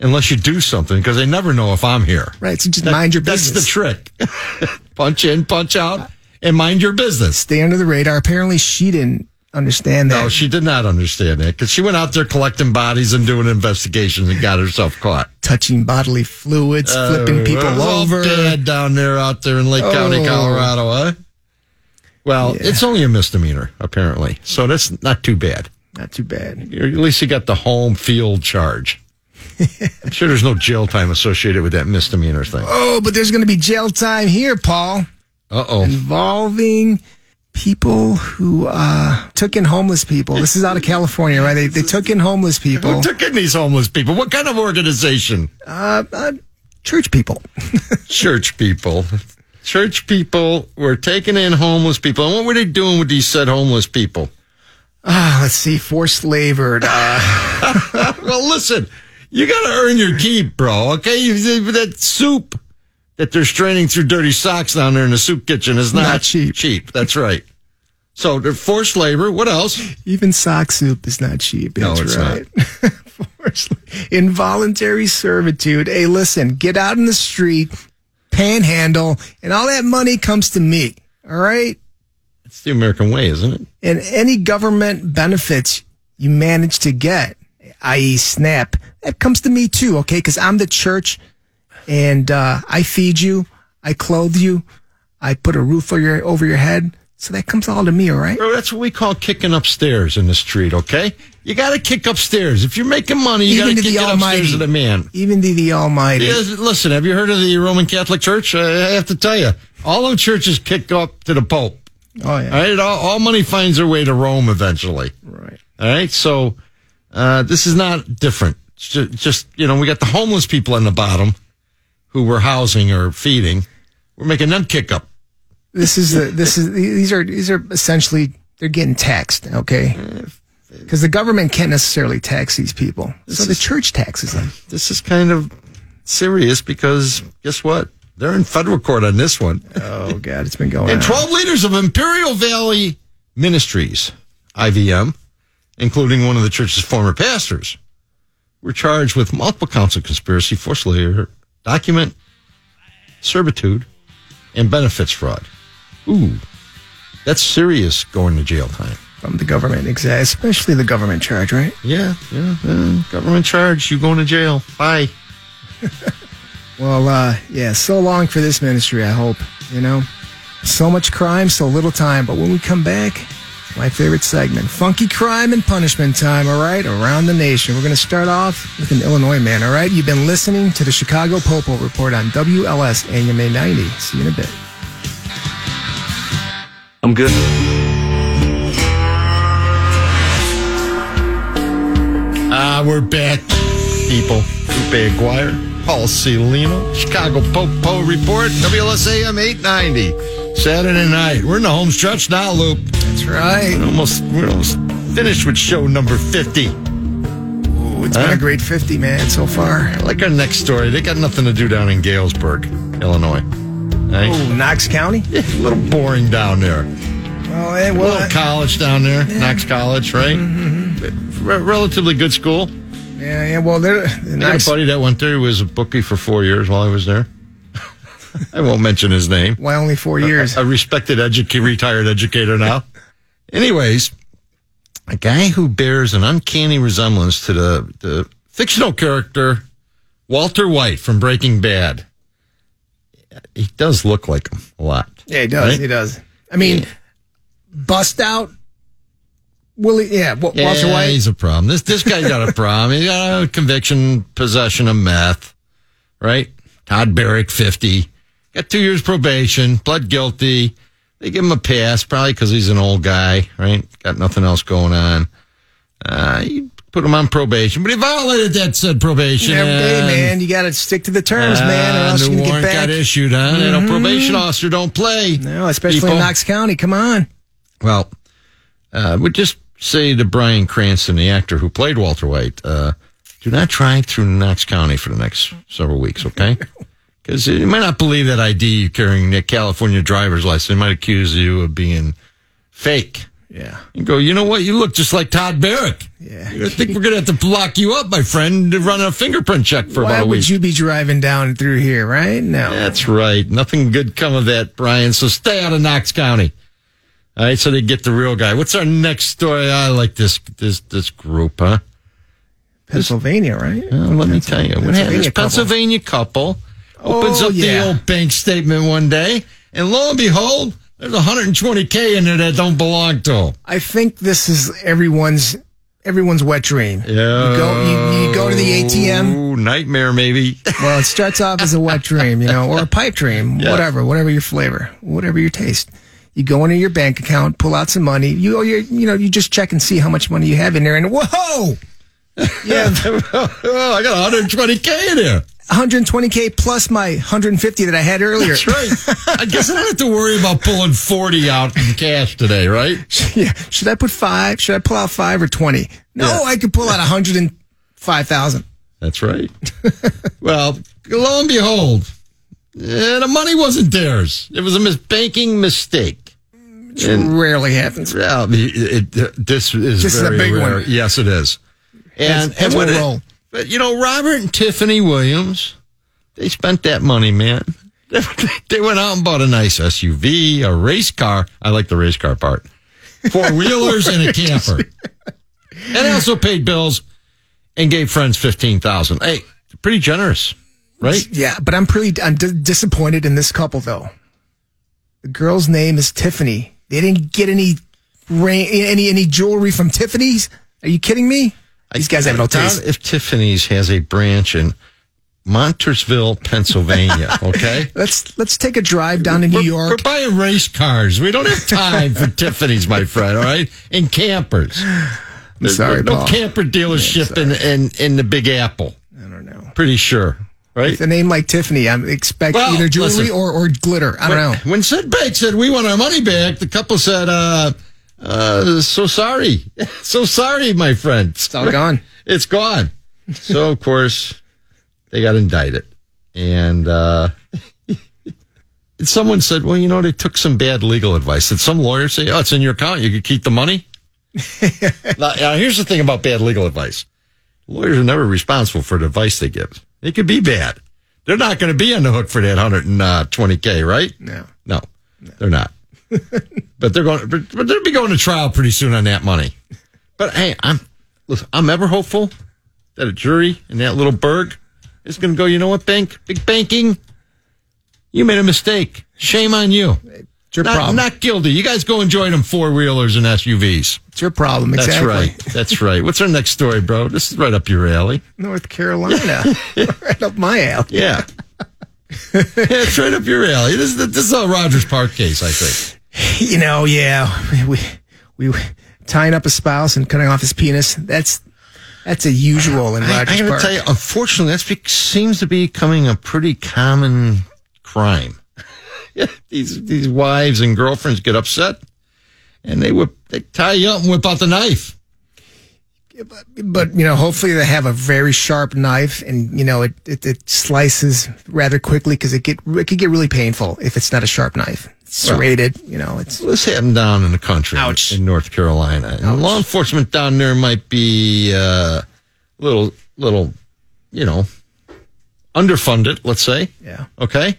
[SPEAKER 1] unless you do something because they never know if I'm here.
[SPEAKER 2] right. So just mind your
[SPEAKER 1] That's
[SPEAKER 2] business.
[SPEAKER 1] the trick. punch in, punch out, and mind your business.
[SPEAKER 2] Stay under the radar. Apparently, she didn't understand that.
[SPEAKER 1] No, she did not understand that because she went out there collecting bodies and doing investigations and got herself caught.
[SPEAKER 2] Touching bodily fluids, flipping people
[SPEAKER 1] It was all
[SPEAKER 2] over.
[SPEAKER 1] dead down there out there in Lake County,
[SPEAKER 2] Oh.
[SPEAKER 1] Colorado, huh? Well, it's only a misdemeanor, apparently. So that's not too bad.
[SPEAKER 2] Not too bad.
[SPEAKER 1] At least he got the home field charge. I'm sure there's no jail time associated with that misdemeanor thing.
[SPEAKER 2] Oh, but there's going to be jail time here, Paul,
[SPEAKER 1] Uh oh.
[SPEAKER 2] involving people who uh, took in homeless people. This is out of California, right? They, they took in homeless
[SPEAKER 1] Who
[SPEAKER 2] people,
[SPEAKER 1] took in these homeless people? What kind of organization?
[SPEAKER 2] uh, church people.
[SPEAKER 1] Church people. Church people were taking in homeless people. And what were they doing with these said homeless people?
[SPEAKER 2] Ah, let's see, forced labored. Uh,
[SPEAKER 1] Well, listen, you got to earn your keep, bro. Okay, you, that soup that they're straining through dirty socks down there in the soup kitchen is not,
[SPEAKER 2] Not cheap.
[SPEAKER 1] Cheap. That's right. So they're forced labor. What else?
[SPEAKER 2] even sock soup is not cheap.
[SPEAKER 1] No,
[SPEAKER 2] That's
[SPEAKER 1] it's not.
[SPEAKER 2] right. forced involuntary servitude. Hey, listen, get out in the street, panhandle, and all that money comes to me. All right.
[SPEAKER 1] It's the American way, isn't it?
[SPEAKER 2] And any government benefits you manage to get, i.e., SNAP, that comes to me too. Okay, because I'm the church, and uh, I feed you, I clothe you, I put a roof over your over your head. So that comes all to me. All right.
[SPEAKER 1] Bro, that's what we call kicking upstairs in the street, okay? You got to kick upstairs. If you're making money, you got
[SPEAKER 2] Even
[SPEAKER 1] to
[SPEAKER 2] to the
[SPEAKER 1] kick it upstairs
[SPEAKER 2] Almighty.
[SPEAKER 1] to the man.
[SPEAKER 2] Even the, the Almighty.
[SPEAKER 1] Yeah, listen, have you heard of the Roman Catholic Church? I I have to tell you, all the churches kick up to the Pope.
[SPEAKER 2] Oh, yeah.
[SPEAKER 1] All right, all, all money finds their way to Rome eventually.
[SPEAKER 2] Right.
[SPEAKER 1] All right, so uh, this is not different. It's ju- just you know, we got the homeless people on the bottom who we're housing or feeding. We're making them kick up.
[SPEAKER 2] This is the this is these are these are essentially they're getting taxed, okay? Because the government can't necessarily tax these people, so the church taxes them.
[SPEAKER 1] This is kind of serious because guess what? They're in federal court on this one.
[SPEAKER 2] Oh God, it's been going.
[SPEAKER 1] And
[SPEAKER 2] on.
[SPEAKER 1] 12 leaders of Imperial Valley Ministries, IVM, including one of the church's former pastors, were charged with multiple counts of conspiracy, forced labor, document servitude, and benefits fraud. Ooh, that's serious going to jail time.
[SPEAKER 2] from the government, exactly, especially the government charge, right?
[SPEAKER 1] Yeah, yeah, yeah. Government charge, you going to jail. Bye.
[SPEAKER 2] Well, uh, yeah, so long for this ministry. I hope you know, so much crime, so little time. But when we come back, my favorite segment, funky crime and punishment time. All right, around the nation. We're gonna start off with an Illinois man. All right, you've been listening to the Chicago Popo Report on WLS AMA ninety. See you in a bit.
[SPEAKER 3] I'm good.
[SPEAKER 1] Ah, we're back, people. Lupe Aguirre, Paul Celino, Chicago Popo Report, WLSAM 890. Saturday night. We're in the home stretch now, Loop.
[SPEAKER 2] That's right.
[SPEAKER 1] We're almost, we're almost finished with show number 50.
[SPEAKER 2] Ooh, it's
[SPEAKER 1] Huh?
[SPEAKER 2] been a great fifty, man, so far.
[SPEAKER 1] I like our next story. They got nothing to do down in Galesburg, Illinois. Right?
[SPEAKER 2] Ooh, Knox County.
[SPEAKER 1] A little boring down there.
[SPEAKER 2] Oh, eh,
[SPEAKER 1] A
[SPEAKER 2] well,
[SPEAKER 1] little
[SPEAKER 2] I-
[SPEAKER 1] college down there, Knox College, right?
[SPEAKER 2] Mm-hmm.
[SPEAKER 1] Re- relatively good school.
[SPEAKER 2] yeah, yeah. Well, they're
[SPEAKER 1] I had a
[SPEAKER 2] Knox.
[SPEAKER 1] buddy that went there. He was a bookie for four years while I was there. I won't mention his name.
[SPEAKER 2] Why only four years?
[SPEAKER 1] A respected educa- retired educator now. Anyways, a guy who bears an uncanny resemblance to the, the fictional character Walter White from Breaking Bad. He does look like him a lot.
[SPEAKER 2] Yeah, he does.
[SPEAKER 1] Right?
[SPEAKER 2] He does. I mean, bust out. Willie, yeah, Wa- Walter
[SPEAKER 1] yeah,
[SPEAKER 2] White.
[SPEAKER 1] He's a problem. This this guy got a problem. He got a conviction, possession of meth, right? Todd Barrick, fifty, got two years probation, pled guilty. They give him a pass, probably because he's an old guy, right? Got nothing else going on. Uh, you put him on probation, but he violated that said probation.
[SPEAKER 2] Every day,
[SPEAKER 1] and-
[SPEAKER 2] man, you got to stick to the terms, man, or
[SPEAKER 1] Ah,
[SPEAKER 2] else
[SPEAKER 1] the
[SPEAKER 2] you're gonna get
[SPEAKER 1] warrant got
[SPEAKER 2] back. Mm-hmm.
[SPEAKER 1] issued, huh? And a probation officer don't play.
[SPEAKER 2] No, especially
[SPEAKER 1] people.
[SPEAKER 2] in Knox County. Come on.
[SPEAKER 1] Well, uh, would just say to Brian Cranston, the actor who played Walter White, uh, do not drive through Knox County for the next several weeks, okay? Because you might not believe that ID you're carrying, the California driver's license. They might accuse you of being fake.
[SPEAKER 2] Yeah.
[SPEAKER 1] And go, you know what? You look just like Todd Barrick.
[SPEAKER 2] Yeah.
[SPEAKER 1] I think we're going to have to lock you up, my friend, to run a fingerprint check for
[SPEAKER 2] Why
[SPEAKER 1] about a
[SPEAKER 2] would
[SPEAKER 1] week.
[SPEAKER 2] you be driving down through here, right? No.
[SPEAKER 1] That's right. Nothing good come of that, Brian. So stay out of Knox County. All right, so they get the real guy. What's our next story? I like this this this group, huh?
[SPEAKER 2] Pennsylvania, right?
[SPEAKER 1] Well, let me tell you. What happened? This Pennsylvania couple opens
[SPEAKER 2] Oh,
[SPEAKER 1] up
[SPEAKER 2] yeah.
[SPEAKER 1] the old bank statement one day, and lo and behold, there's 120k in there that don't belong to them.
[SPEAKER 2] I think this is everyone's everyone's wet dream. Yeah. You go, you, you go to the ATM.
[SPEAKER 1] Ooh, nightmare maybe.
[SPEAKER 2] Well, it starts off as a wet dream, you know, or a pipe dream, whatever, whatever your flavor, whatever your taste. You go into your bank account, pull out some money. You, oh, you, you know, you just check and see how much money you have in there, and whoa, you have
[SPEAKER 1] oh, I got 120k in there.
[SPEAKER 2] 120k plus my 150 that I had earlier.
[SPEAKER 1] That's right. I guess I don't have to worry about pulling 40 out in cash today, right?
[SPEAKER 2] yeah. Should I put five? Should I pull out five or 20? No, I could pull out 105,000.
[SPEAKER 1] That's right. well, lo and behold, eh, the money wasn't theirs. It was a mis- banking mistake. And
[SPEAKER 2] Rarely happens.
[SPEAKER 1] well, the- it, it- this is
[SPEAKER 2] This is a
[SPEAKER 1] very
[SPEAKER 2] big
[SPEAKER 1] rare.
[SPEAKER 2] one.
[SPEAKER 1] Yes, it is. And,
[SPEAKER 2] That's- that's
[SPEAKER 1] what
[SPEAKER 2] what
[SPEAKER 1] it-
[SPEAKER 2] roll.
[SPEAKER 1] but you know, Robert and Tiffany Williams, they spent that money, man. they went out and bought a nice SUV, a race car. I like the race car part. Four wheelers and a camper. and they also paid bills and gave friends fifteen thousand. Hey, pretty generous, right?
[SPEAKER 2] Yeah, but I'm pretty I'm d- disappointed in this couple though. The girl's name is Tiffany. They didn't get any ra- any any jewelry from Tiffany's. Are you kidding me? These guys have no
[SPEAKER 1] doubt
[SPEAKER 2] taste.
[SPEAKER 1] If Tiffany's has a branch in Montersville, Pennsylvania, okay?
[SPEAKER 2] Let's let's take a drive down to New
[SPEAKER 1] We're- We're
[SPEAKER 2] York.
[SPEAKER 1] buying race cars. We don't have time for Tiffany's, my friend. All right, and campers.
[SPEAKER 2] I'm sorry,
[SPEAKER 1] no
[SPEAKER 2] Paul.
[SPEAKER 1] camper dealership in, in in the Big Apple.
[SPEAKER 2] I don't know.
[SPEAKER 1] Pretty sure, right?
[SPEAKER 2] With a name like Tiffany, I'm expect
[SPEAKER 1] Well,
[SPEAKER 2] either jewelry
[SPEAKER 1] listen.
[SPEAKER 2] or, or glitter. I don't know.
[SPEAKER 1] When, when Sid Bate said we want our money back, the couple said, uh, uh, "So sorry, so sorry, my friend.
[SPEAKER 2] It's all gone.
[SPEAKER 1] It's gone." So of course, they got indicted, and uh, someone said, "Well, you know, they took some bad legal advice." Did some lawyer say, "Oh, it's in your account. You could keep the money"? now, now, here's the thing about bad legal advice: lawyers are never responsible for the advice they give. It could be bad. They're not going to be on the hook for that 120k, right?
[SPEAKER 2] No.
[SPEAKER 1] No, they're not. but they're going. But, but they'll be going to trial pretty soon on that money. But hey, I'm listen, I'm ever hopeful that a jury in that little burg is going to go. You know what, bank, big banking, you made a mistake. Shame on you.
[SPEAKER 2] It's your
[SPEAKER 1] Not,
[SPEAKER 2] problem.
[SPEAKER 1] not guilty. You guys go enjoy them four wheelers and SUVs.
[SPEAKER 2] it's your problem.
[SPEAKER 1] That's
[SPEAKER 2] Exactly.
[SPEAKER 1] right. That's right. What's our next story, bro? This is right up your alley.
[SPEAKER 2] North Carolina, right up my alley.
[SPEAKER 1] Yeah. yeah, it's right up your alley. This is the, this is a Rogers Park case, I think.
[SPEAKER 2] You know, yeah, we, we we tying up a spouse and cutting off his penis. That's that's a usual in
[SPEAKER 1] I, I
[SPEAKER 2] Rogers
[SPEAKER 1] gotta
[SPEAKER 2] Park.
[SPEAKER 1] tell you, unfortunately, that seems to be becoming a pretty common crime. yeah, these these wives and girlfriends get upset, and they whip they tie you up and whip out the knife.
[SPEAKER 2] but you know, hopefully they have a very sharp knife, and you know, it it, it slices rather quickly because it get it could get really painful if it's not a sharp knife. It's serrated, you know, it's
[SPEAKER 1] This happened down in the country,
[SPEAKER 2] Ouch.
[SPEAKER 1] in North Carolina. And law enforcement down there might be uh, little, little, you know, underfunded. Let's say,
[SPEAKER 2] Yeah.
[SPEAKER 1] okay.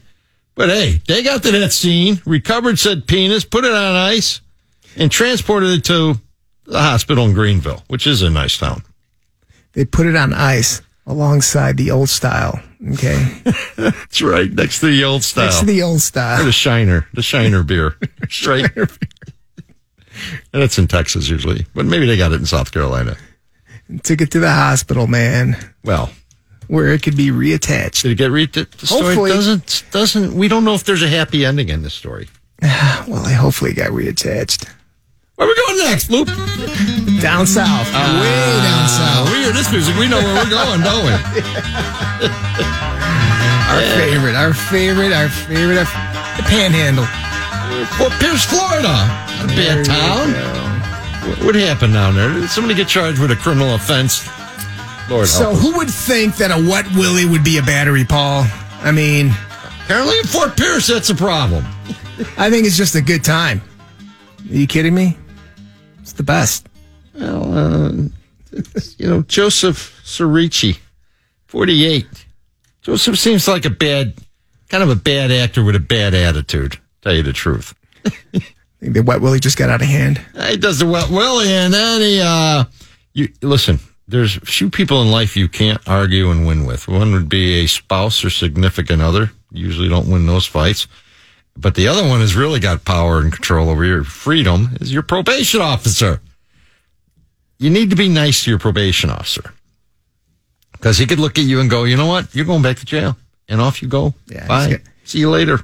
[SPEAKER 1] But hey, they got to that scene, recovered said penis, put it on ice, and transported it to the hospital in Greenville, which is a nice town.
[SPEAKER 2] they put it on ice alongside the old style. Okay,
[SPEAKER 1] That's right, next to the old style,
[SPEAKER 2] next to the old style.
[SPEAKER 1] the Shiner, the Shiner beer, right? And it's in Texas usually, but maybe they got it in South Carolina.
[SPEAKER 2] Took it to the hospital, man,
[SPEAKER 1] Well,
[SPEAKER 2] where it could be reattached.
[SPEAKER 1] Did it get read? The the story
[SPEAKER 2] Hopefully.
[SPEAKER 1] doesn't doesn't. We don't know if there's a happy ending in this story.
[SPEAKER 2] Well, I hopefully got reattached.
[SPEAKER 1] Where we going next, Loop?
[SPEAKER 2] Down south,
[SPEAKER 1] Ah.
[SPEAKER 2] way down south.
[SPEAKER 1] we hear this music. We know where we're going, don't we?
[SPEAKER 2] Our favorite, our favorite, our favorite, our f- the Panhandle.
[SPEAKER 1] Well, Pierce, Florida, Not a bad town. What- What happened down there? Did somebody get charged with a criminal offense? Lord
[SPEAKER 2] So
[SPEAKER 1] help. us.
[SPEAKER 2] who would think that a wet willy would be a battery, Paul? I mean,
[SPEAKER 1] Apparently, in Fort Pierce, that's a problem.
[SPEAKER 2] I think it's just a good time. Are you kidding me? It's the best.
[SPEAKER 1] Well, uh, it's, you know, Joseph Cerrici, 48. Joseph seems like a bad, kind of a bad actor with a bad attitude, tell you the truth.
[SPEAKER 2] I think the wet willy just got out of hand.
[SPEAKER 1] He does the wet willy, and then he, uh, you, listen, there's few people in life you can't argue and win with. One would be a spouse or significant other. Usually don't win those fights. But the other one has really got power and control over your freedom is your probation officer. You need to be nice to your probation officer because he could look at you and go, you know what? You're going back to jail. And off you go.
[SPEAKER 2] Yeah, he's
[SPEAKER 1] Bye.
[SPEAKER 2] got-
[SPEAKER 1] See you later.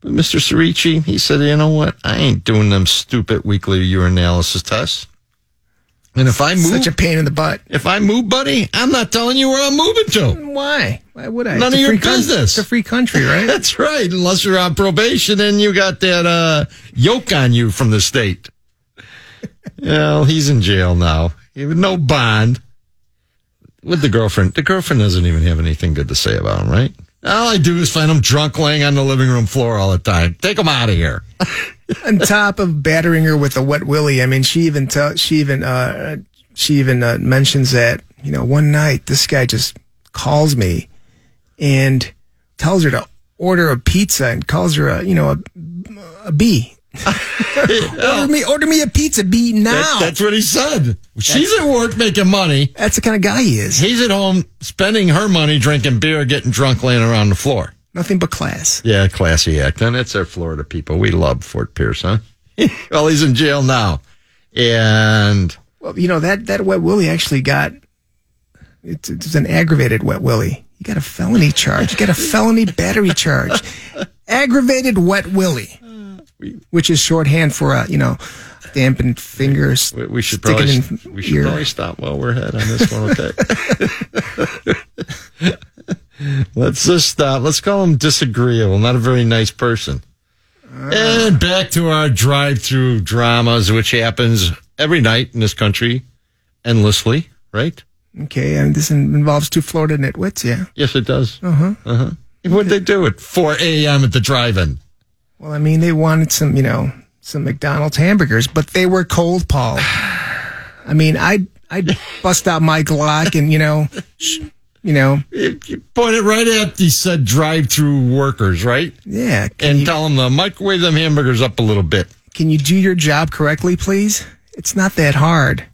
[SPEAKER 1] But Mr. Cerrici, he said, you know what? I ain't doing them stupid weekly urinalysis tests. And if I move,
[SPEAKER 2] Such a pain in the butt.
[SPEAKER 1] if I move, buddy, I'm not telling you where I'm moving to.
[SPEAKER 2] Why? Why would I?
[SPEAKER 1] None
[SPEAKER 2] It's a
[SPEAKER 1] of your
[SPEAKER 2] free coun-
[SPEAKER 1] business.
[SPEAKER 2] It's a free country, right?
[SPEAKER 1] That's right. Unless you're on probation and you got that uh, yoke on you from the state. well, he's in jail now. With No bond. With the girlfriend. The girlfriend doesn't even have anything good to say about him, right? All I do is find him drunk laying on the living room floor all the time. Take him out of here.
[SPEAKER 2] On top of battering her with a wet willy, I mean, she even tell, she even uh, she even uh, mentions that you know one night this guy just calls me and tells her to order a pizza and calls her a you know a a bee. order me order me a pizza bee now.
[SPEAKER 1] That-
[SPEAKER 2] that's,
[SPEAKER 1] that's what he said. She's at work making money.
[SPEAKER 2] the kind of guy he is.
[SPEAKER 1] He's at home spending her money drinking beer, getting drunk, laying around the floor.
[SPEAKER 2] Nothing but class.
[SPEAKER 1] Yeah, classy act. And it's our Florida people. We love Fort Pierce, huh? well, he's in jail now. And
[SPEAKER 2] Well, you know that that wet willie actually got it's, it's an aggravated wet willie. You got a felony charge. You got a felony battery charge. Aggravated wet willie, which is shorthand for a you know dampened fingers.
[SPEAKER 1] We, we should
[SPEAKER 2] sticking
[SPEAKER 1] probably
[SPEAKER 2] in
[SPEAKER 1] we should
[SPEAKER 2] ear.
[SPEAKER 1] probably stop while we're ahead on this one. Okay. Let's just stop. Let's call him disagreeable. Not a very nice person.
[SPEAKER 2] Uh.
[SPEAKER 1] And back to our drive-through dramas, which happens every night in this country, endlessly. Right?
[SPEAKER 2] Okay, and this in- involves two Florida nitwits. Yeah.
[SPEAKER 1] Yes, it does. Uh
[SPEAKER 2] Uh-huh.
[SPEAKER 1] huh. Uh huh. What'd they do at 4 a.m. at the drive-in?
[SPEAKER 2] Well, I mean, they wanted some, you know, some McDonald's hamburgers, but they were cold, Paul. I mean, I I bust out my Glock and you know, sh- you know,
[SPEAKER 1] You you point it right at the said drive-through workers, right?
[SPEAKER 2] yeah. Can,
[SPEAKER 1] and tell them to microwave them hamburgers up a little bit.
[SPEAKER 2] can you do your job correctly, please? It's not that hard.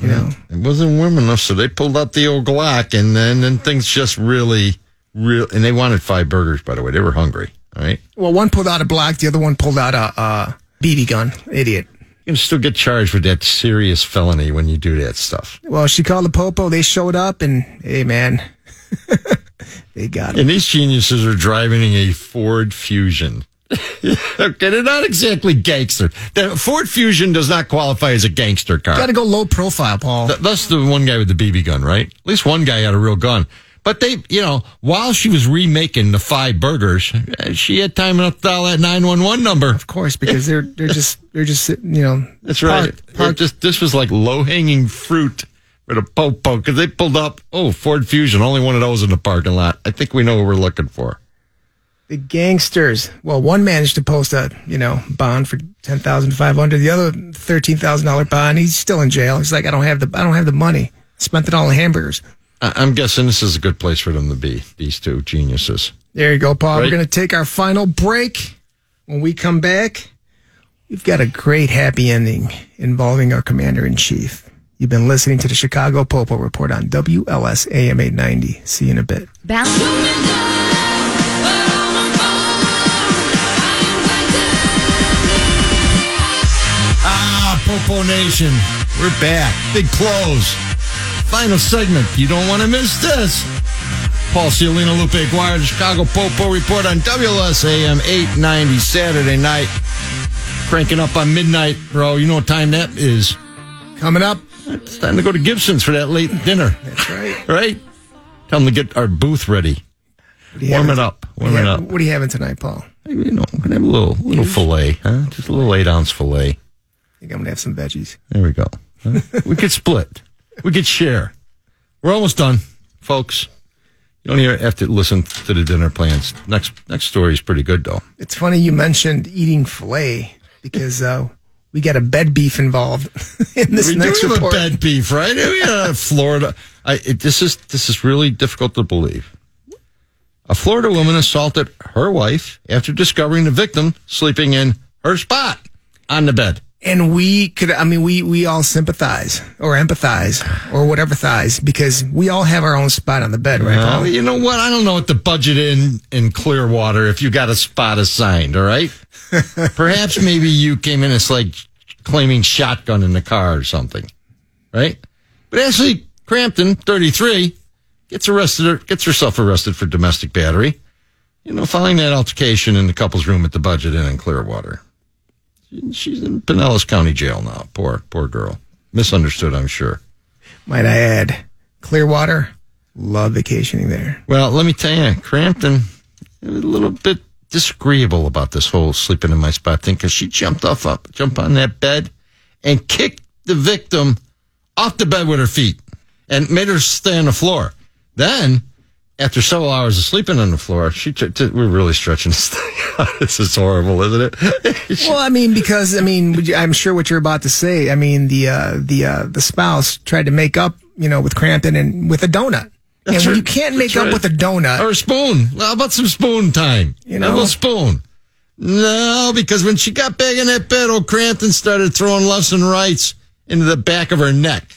[SPEAKER 2] You know,
[SPEAKER 1] It wasn't warm enough, so they pulled out the old Glock, and then and things just really, real. And they wanted five burgers, by the way. They were hungry. All right,
[SPEAKER 2] well, one pulled out a Glock, the other one pulled out a, a BB gun. Idiot.
[SPEAKER 1] you can still get charged with that serious felony when you do that stuff.
[SPEAKER 2] Well, she called the popo. They showed up, and hey, man, they got him.
[SPEAKER 1] And these geniuses are driving a Ford Fusion. okay, they're not exactly gangster. The Ford Fusion does not qualify as a gangster car.
[SPEAKER 2] Got to go low profile, Paul.
[SPEAKER 1] Th- That's the one guy with the BB gun, right? At least one guy had a real gun. But they, you know, while she was remaking the five burgers, uh, she had time enough to dial that 911 number.
[SPEAKER 2] Of course, because they're they're just they're just you know
[SPEAKER 1] That's right.
[SPEAKER 2] parked- parked.
[SPEAKER 1] It just, this was like low hanging fruit for the popo because they pulled up. Oh, Ford Fusion, only one of those in the parking lot. I think we know what we're looking for.
[SPEAKER 2] the gangsters. Well, one managed to post a you know bond for ten thousand five hundred. The other thirteen thousand dollar bond. He's still in jail. He's like, I don't have the I don't have the money. Spent it all on hamburgers.
[SPEAKER 1] I- I'm guessing this is a good place for them to be. These two geniuses.
[SPEAKER 2] There you go, Paul.
[SPEAKER 1] Right.
[SPEAKER 2] We're gonna take our final break. When we come back, we've got a great happy ending involving our commander in chief. You've been listening to the Chicago Popo Report on WLS AM 890. See you in a bit.
[SPEAKER 3] Balance.
[SPEAKER 1] Ah, Popo Nation, we're back. Big close. Final segment. You don't want to miss this. Paul Ciolino, Lupe Aguirre, the Chicago Popo Report on WLSAM 890 Saturday night. Cranking up on midnight, bro. You know what time that is.
[SPEAKER 2] Coming up.
[SPEAKER 1] It's time to go to Gibson's for that late dinner,
[SPEAKER 2] That's right.
[SPEAKER 1] right? Tell them to get our booth ready. Warm it up. Warm it up.
[SPEAKER 2] What are you having tonight, Paul?
[SPEAKER 1] You know, we're gonna have a little little fillet, huh? Just a little eight ounce fillet.
[SPEAKER 2] think I'm gonna have some veggies.
[SPEAKER 1] There we go. Huh? we could split. We could share. We're almost done, folks. You don't hear, have to listen to the dinner plans. Next next story is pretty good though.
[SPEAKER 2] It's funny you mentioned eating filet because uh, we got a bed beef involved in this
[SPEAKER 1] we
[SPEAKER 2] next
[SPEAKER 1] do have
[SPEAKER 2] report.
[SPEAKER 1] a bed beef, right? We had a Florida. I, it, this is this is really difficult to believe. A Florida woman assaulted her wife after discovering the victim sleeping in her spot on the bed.
[SPEAKER 2] And we could, I mean, we we all sympathize or empathize or whatever thighs because we all have our own spot on the bed, right?
[SPEAKER 1] Well,
[SPEAKER 2] Paul?
[SPEAKER 1] you know what? I don't know what the budget in in Clearwater if you got a spot assigned. All right, perhaps maybe you came in as like claiming shotgun in the car or something, right? But Ashley Crampton, thirty three, gets arrested. Gets herself arrested for domestic battery. You know, following that altercation in the couple's room at the Budget Inn in Clearwater. She's in Pinellas County Jail now. Poor, poor girl. Misunderstood, I'm sure.
[SPEAKER 2] Might I add, Clearwater, love vacationing there.
[SPEAKER 1] Well, let me tell you, Crampton, a little bit disagreeable about this whole sleeping in my spot thing because she jumped off up, jumped on that bed, and kicked the victim off the bed with her feet and made her stay on the floor. Then, after several hours of sleeping on the floor, she t- t- we're really stretching this thing out. this is horrible, isn't it?
[SPEAKER 2] Well, I mean, because I mean, would you- I'm sure what you're about to say. I mean, the uh, the uh, the spouse tried to make up, you know, with Crampton and with a donut. and when
[SPEAKER 1] right.
[SPEAKER 2] you can't
[SPEAKER 1] That's
[SPEAKER 2] make up
[SPEAKER 1] right.
[SPEAKER 2] with a donut,
[SPEAKER 1] or a spoon. How about some spoon time?
[SPEAKER 2] You
[SPEAKER 1] You
[SPEAKER 2] know?
[SPEAKER 1] know, a little spoon. No, because when she got back in that bed, old Crampton started throwing lefts and rights into the back of her neck.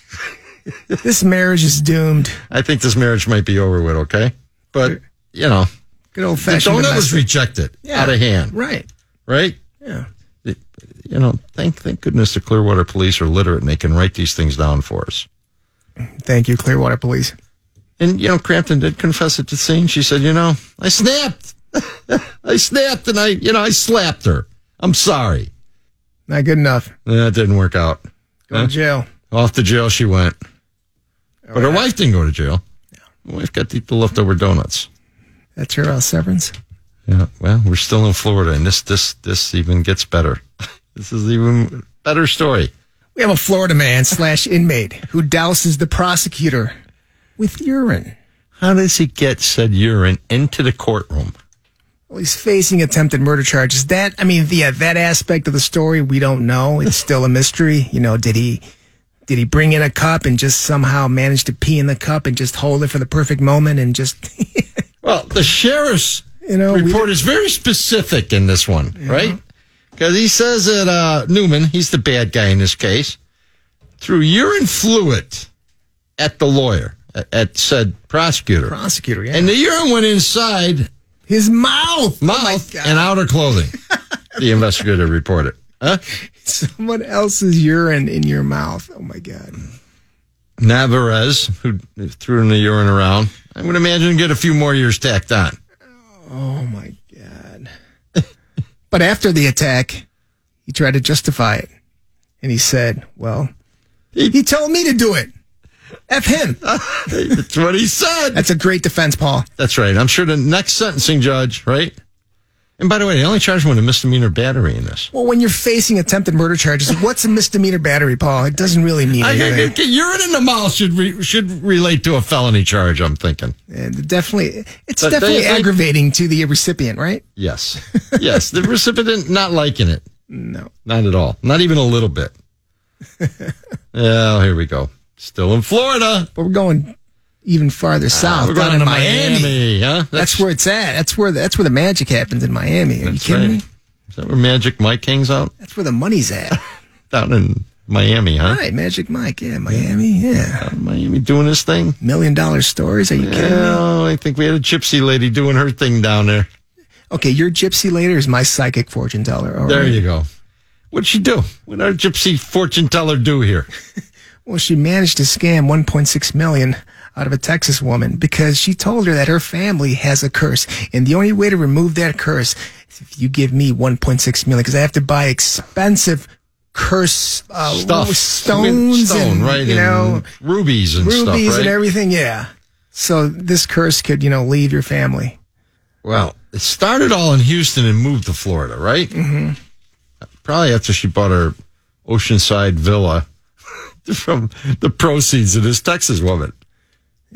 [SPEAKER 2] this marriage is doomed.
[SPEAKER 1] I think this marriage might be over with. Okay, but you know,
[SPEAKER 2] Good old
[SPEAKER 1] the
[SPEAKER 2] fashioned.
[SPEAKER 1] donut was rejected out of hand,
[SPEAKER 2] Right.
[SPEAKER 1] right?
[SPEAKER 2] Yeah.
[SPEAKER 1] It- you know, thank thank goodness the Clearwater police are literate and they can write these things down for us.
[SPEAKER 2] Thank you, Clearwater Police.
[SPEAKER 1] And you know, Crampton did confess it to Singh. She said, "You know, I snapped, I snapped, and I, you know, I slapped her. I'm sorry.
[SPEAKER 2] Not good enough.
[SPEAKER 1] That didn't work out.
[SPEAKER 2] Go to jail.
[SPEAKER 1] Off to jail she went, but her wife didn't go to jail. My wife got the, the leftover donuts.
[SPEAKER 2] That's your uh, severance.
[SPEAKER 1] Yeah. Well, we're still in Florida, and this this this even gets better. this is even better story.
[SPEAKER 2] We have a Florida man slash inmate who douses the prosecutor with urine.
[SPEAKER 1] How does he get said urine into the courtroom?
[SPEAKER 2] Well, he's facing attempted murder charges. That I mean, yeah, that aspect of the story we don't know. It's still a mystery. You know, did he did he bring in a cup and just somehow manage to pee in the cup and just hold it for the perfect moment and just
[SPEAKER 1] Well, the sheriff's
[SPEAKER 2] You know, we-
[SPEAKER 1] report is very specific in this one, right? Because he says that uh, Newman, he's the bad guy in this case, threw urine fluid at the lawyer, at, at said prosecutor,
[SPEAKER 2] prosecutor? Yeah,
[SPEAKER 1] and the urine went inside
[SPEAKER 2] his mouth.
[SPEAKER 1] mouth
[SPEAKER 2] Oh God.
[SPEAKER 1] and outer clothing. the investigator reported. Huh?
[SPEAKER 2] Someone else's urine in your mouth. Oh my god.
[SPEAKER 1] Navarez, who threw in the urine around, I would imagine get a few more years tacked on.
[SPEAKER 2] Oh my god. but after the attack, he tried to justify it, and he said, "Well,
[SPEAKER 1] He-
[SPEAKER 2] he told me to do it." F him.
[SPEAKER 1] That's what he said.
[SPEAKER 2] That's a great defense, Paul.
[SPEAKER 1] That's right. I'm sure the next sentencing judge, right? And by the way, they only charged him with a misdemeanor battery in this.
[SPEAKER 2] Well, when you're facing attempted murder charges, what's a misdemeanor battery, Paul? It doesn't really mean
[SPEAKER 1] I think
[SPEAKER 2] anything.
[SPEAKER 1] it- urine in the mouth should re, should relate to a felony charge. I'm thinking.
[SPEAKER 2] And definitely, it's
[SPEAKER 1] But they-
[SPEAKER 2] definitely
[SPEAKER 1] they-
[SPEAKER 2] aggravating to the recipient, right?
[SPEAKER 1] Yes, yes. The recipient not liking it.
[SPEAKER 2] No.
[SPEAKER 1] Not at all. Not even a little bit. oh, here we go. Still in Florida.
[SPEAKER 2] But we're going even farther south,
[SPEAKER 1] Uh, We're
[SPEAKER 2] down
[SPEAKER 1] going
[SPEAKER 2] in
[SPEAKER 1] to
[SPEAKER 2] Miami.
[SPEAKER 1] Miami. huh?
[SPEAKER 2] That's, where it's at. That's where the, that's where the magic happens in Miami. Are you
[SPEAKER 1] That's
[SPEAKER 2] kidding
[SPEAKER 1] right.
[SPEAKER 2] me?
[SPEAKER 1] Is that where Magic Mike hangs out?
[SPEAKER 2] That's where the money's at.
[SPEAKER 1] Down in Miami, huh?
[SPEAKER 2] right, Magic Mike. Yeah, Miami. Yeah,
[SPEAKER 1] Miami doing his thing.
[SPEAKER 2] million dollar stories. Are you kidding me?
[SPEAKER 1] Oh, I think we had a gypsy lady doing her thing down there.
[SPEAKER 2] Okay, your gypsy later is my psychic fortune teller. All
[SPEAKER 1] There
[SPEAKER 2] right.
[SPEAKER 1] you go. What'd she do? What did our gypsy fortune teller do here?
[SPEAKER 2] Well, she managed to scam 1.6 million out of a Texas woman because she told her that her family has a curse, and the only way to remove that curse is if you give me 1.6 million because I have to buy expensive curse uh,
[SPEAKER 1] Stuff.
[SPEAKER 2] stones,
[SPEAKER 1] Stone,
[SPEAKER 2] and,
[SPEAKER 1] right?
[SPEAKER 2] You know,
[SPEAKER 1] and rubies and
[SPEAKER 2] rubies
[SPEAKER 1] stuff, right?
[SPEAKER 2] and everything. Yeah. So this curse could, you know, leave your family.
[SPEAKER 1] Well, it started all in Houston and moved to Florida, right? Mm-hmm. Probably after she bought her oceanside villa from the proceeds of this Texas woman.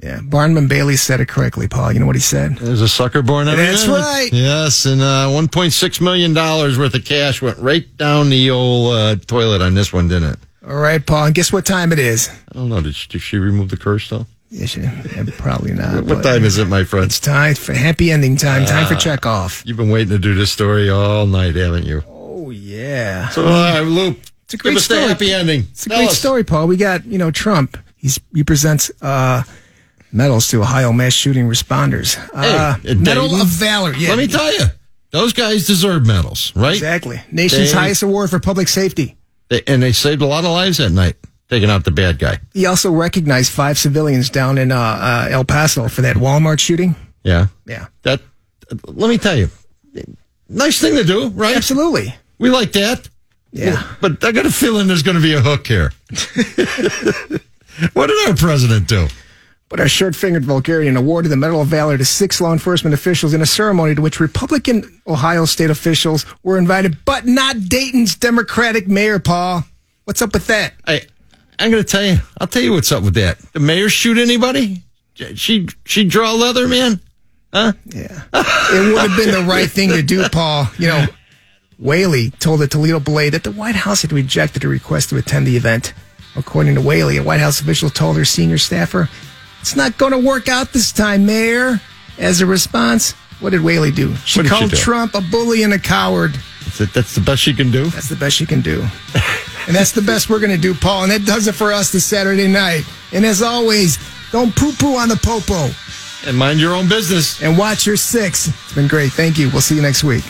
[SPEAKER 2] Yeah, Barnum Bailey said it correctly, Paul. You know what he said?
[SPEAKER 1] There's a sucker born every
[SPEAKER 2] That's
[SPEAKER 1] minute.
[SPEAKER 2] right.
[SPEAKER 1] Yes, and uh, 1.6 million dollars worth of cash went right down the old uh, toilet on this one, didn't it?
[SPEAKER 2] All right, Paul. And guess what time it is?
[SPEAKER 1] I don't know. Did she, did she remove the curse though?
[SPEAKER 2] Yeah, she- yeah, probably not.
[SPEAKER 1] What
[SPEAKER 2] but
[SPEAKER 1] time Ah. is it, my
[SPEAKER 2] It's
[SPEAKER 1] friends?
[SPEAKER 2] time for happy ending time. Time for check off.
[SPEAKER 1] You've been waiting to do this story all night, haven't you?
[SPEAKER 2] Oh yeah,
[SPEAKER 1] So, all right, Luke,
[SPEAKER 2] It's a great
[SPEAKER 1] give us
[SPEAKER 2] story.
[SPEAKER 1] the happy ending.
[SPEAKER 2] it's a great story, Paul. We got you know Trump. He's he presents uh, medals to Ohio mass shooting responders. Uh,
[SPEAKER 1] Hey,
[SPEAKER 2] Medal
[SPEAKER 1] Dayton,
[SPEAKER 2] of Valor. Yeah,
[SPEAKER 1] Let me tell you, those guys deserve medals, right?
[SPEAKER 2] exactly. Nation's
[SPEAKER 1] Dayton.
[SPEAKER 2] highest award for public safety.
[SPEAKER 1] They, and they saved a lot of lives that night, taking out the bad guy.
[SPEAKER 2] He also recognized five civilians down in uh, uh, El Paso for that Walmart shooting.
[SPEAKER 1] Yeah,
[SPEAKER 2] Yeah,
[SPEAKER 1] that. Let me tell you, nice thing to do, right?
[SPEAKER 2] absolutely.
[SPEAKER 1] We like that.
[SPEAKER 2] Yeah.
[SPEAKER 1] But I got a feeling there's going to be a hook here. what did our president do?
[SPEAKER 2] But our short fingered Vulgarian awarded the Medal of Valor to six law enforcement officials in a ceremony to which Republican Ohio state officials were invited, but not Dayton's Democratic mayor, Paul. What's up with that?
[SPEAKER 1] I, I'm going to tell you. I'll tell you what's up with that. The mayor shoot anybody? She she draw leather, man.
[SPEAKER 2] Yeah. it would have been the right thing to do, Paul. You know, Whaley told the Toledo Blade that the White House had rejected a request to attend the event. According to Whaley, a White House official told her senior staffer, It's not going to work out this time, Mayor. As a response, what did Whaley do? She
[SPEAKER 1] What did she
[SPEAKER 2] called
[SPEAKER 1] do?
[SPEAKER 2] Trump a bully and a coward.
[SPEAKER 1] That's, it, that's the best she can do.
[SPEAKER 2] That's the best you can do. and that's the best we're going to do, Paul. And that does it for us this Saturday night. And as always, don't poo poo on the popo
[SPEAKER 1] And mind your own business.
[SPEAKER 2] and watch your six. It's been great. Thank you. We'll see you next week.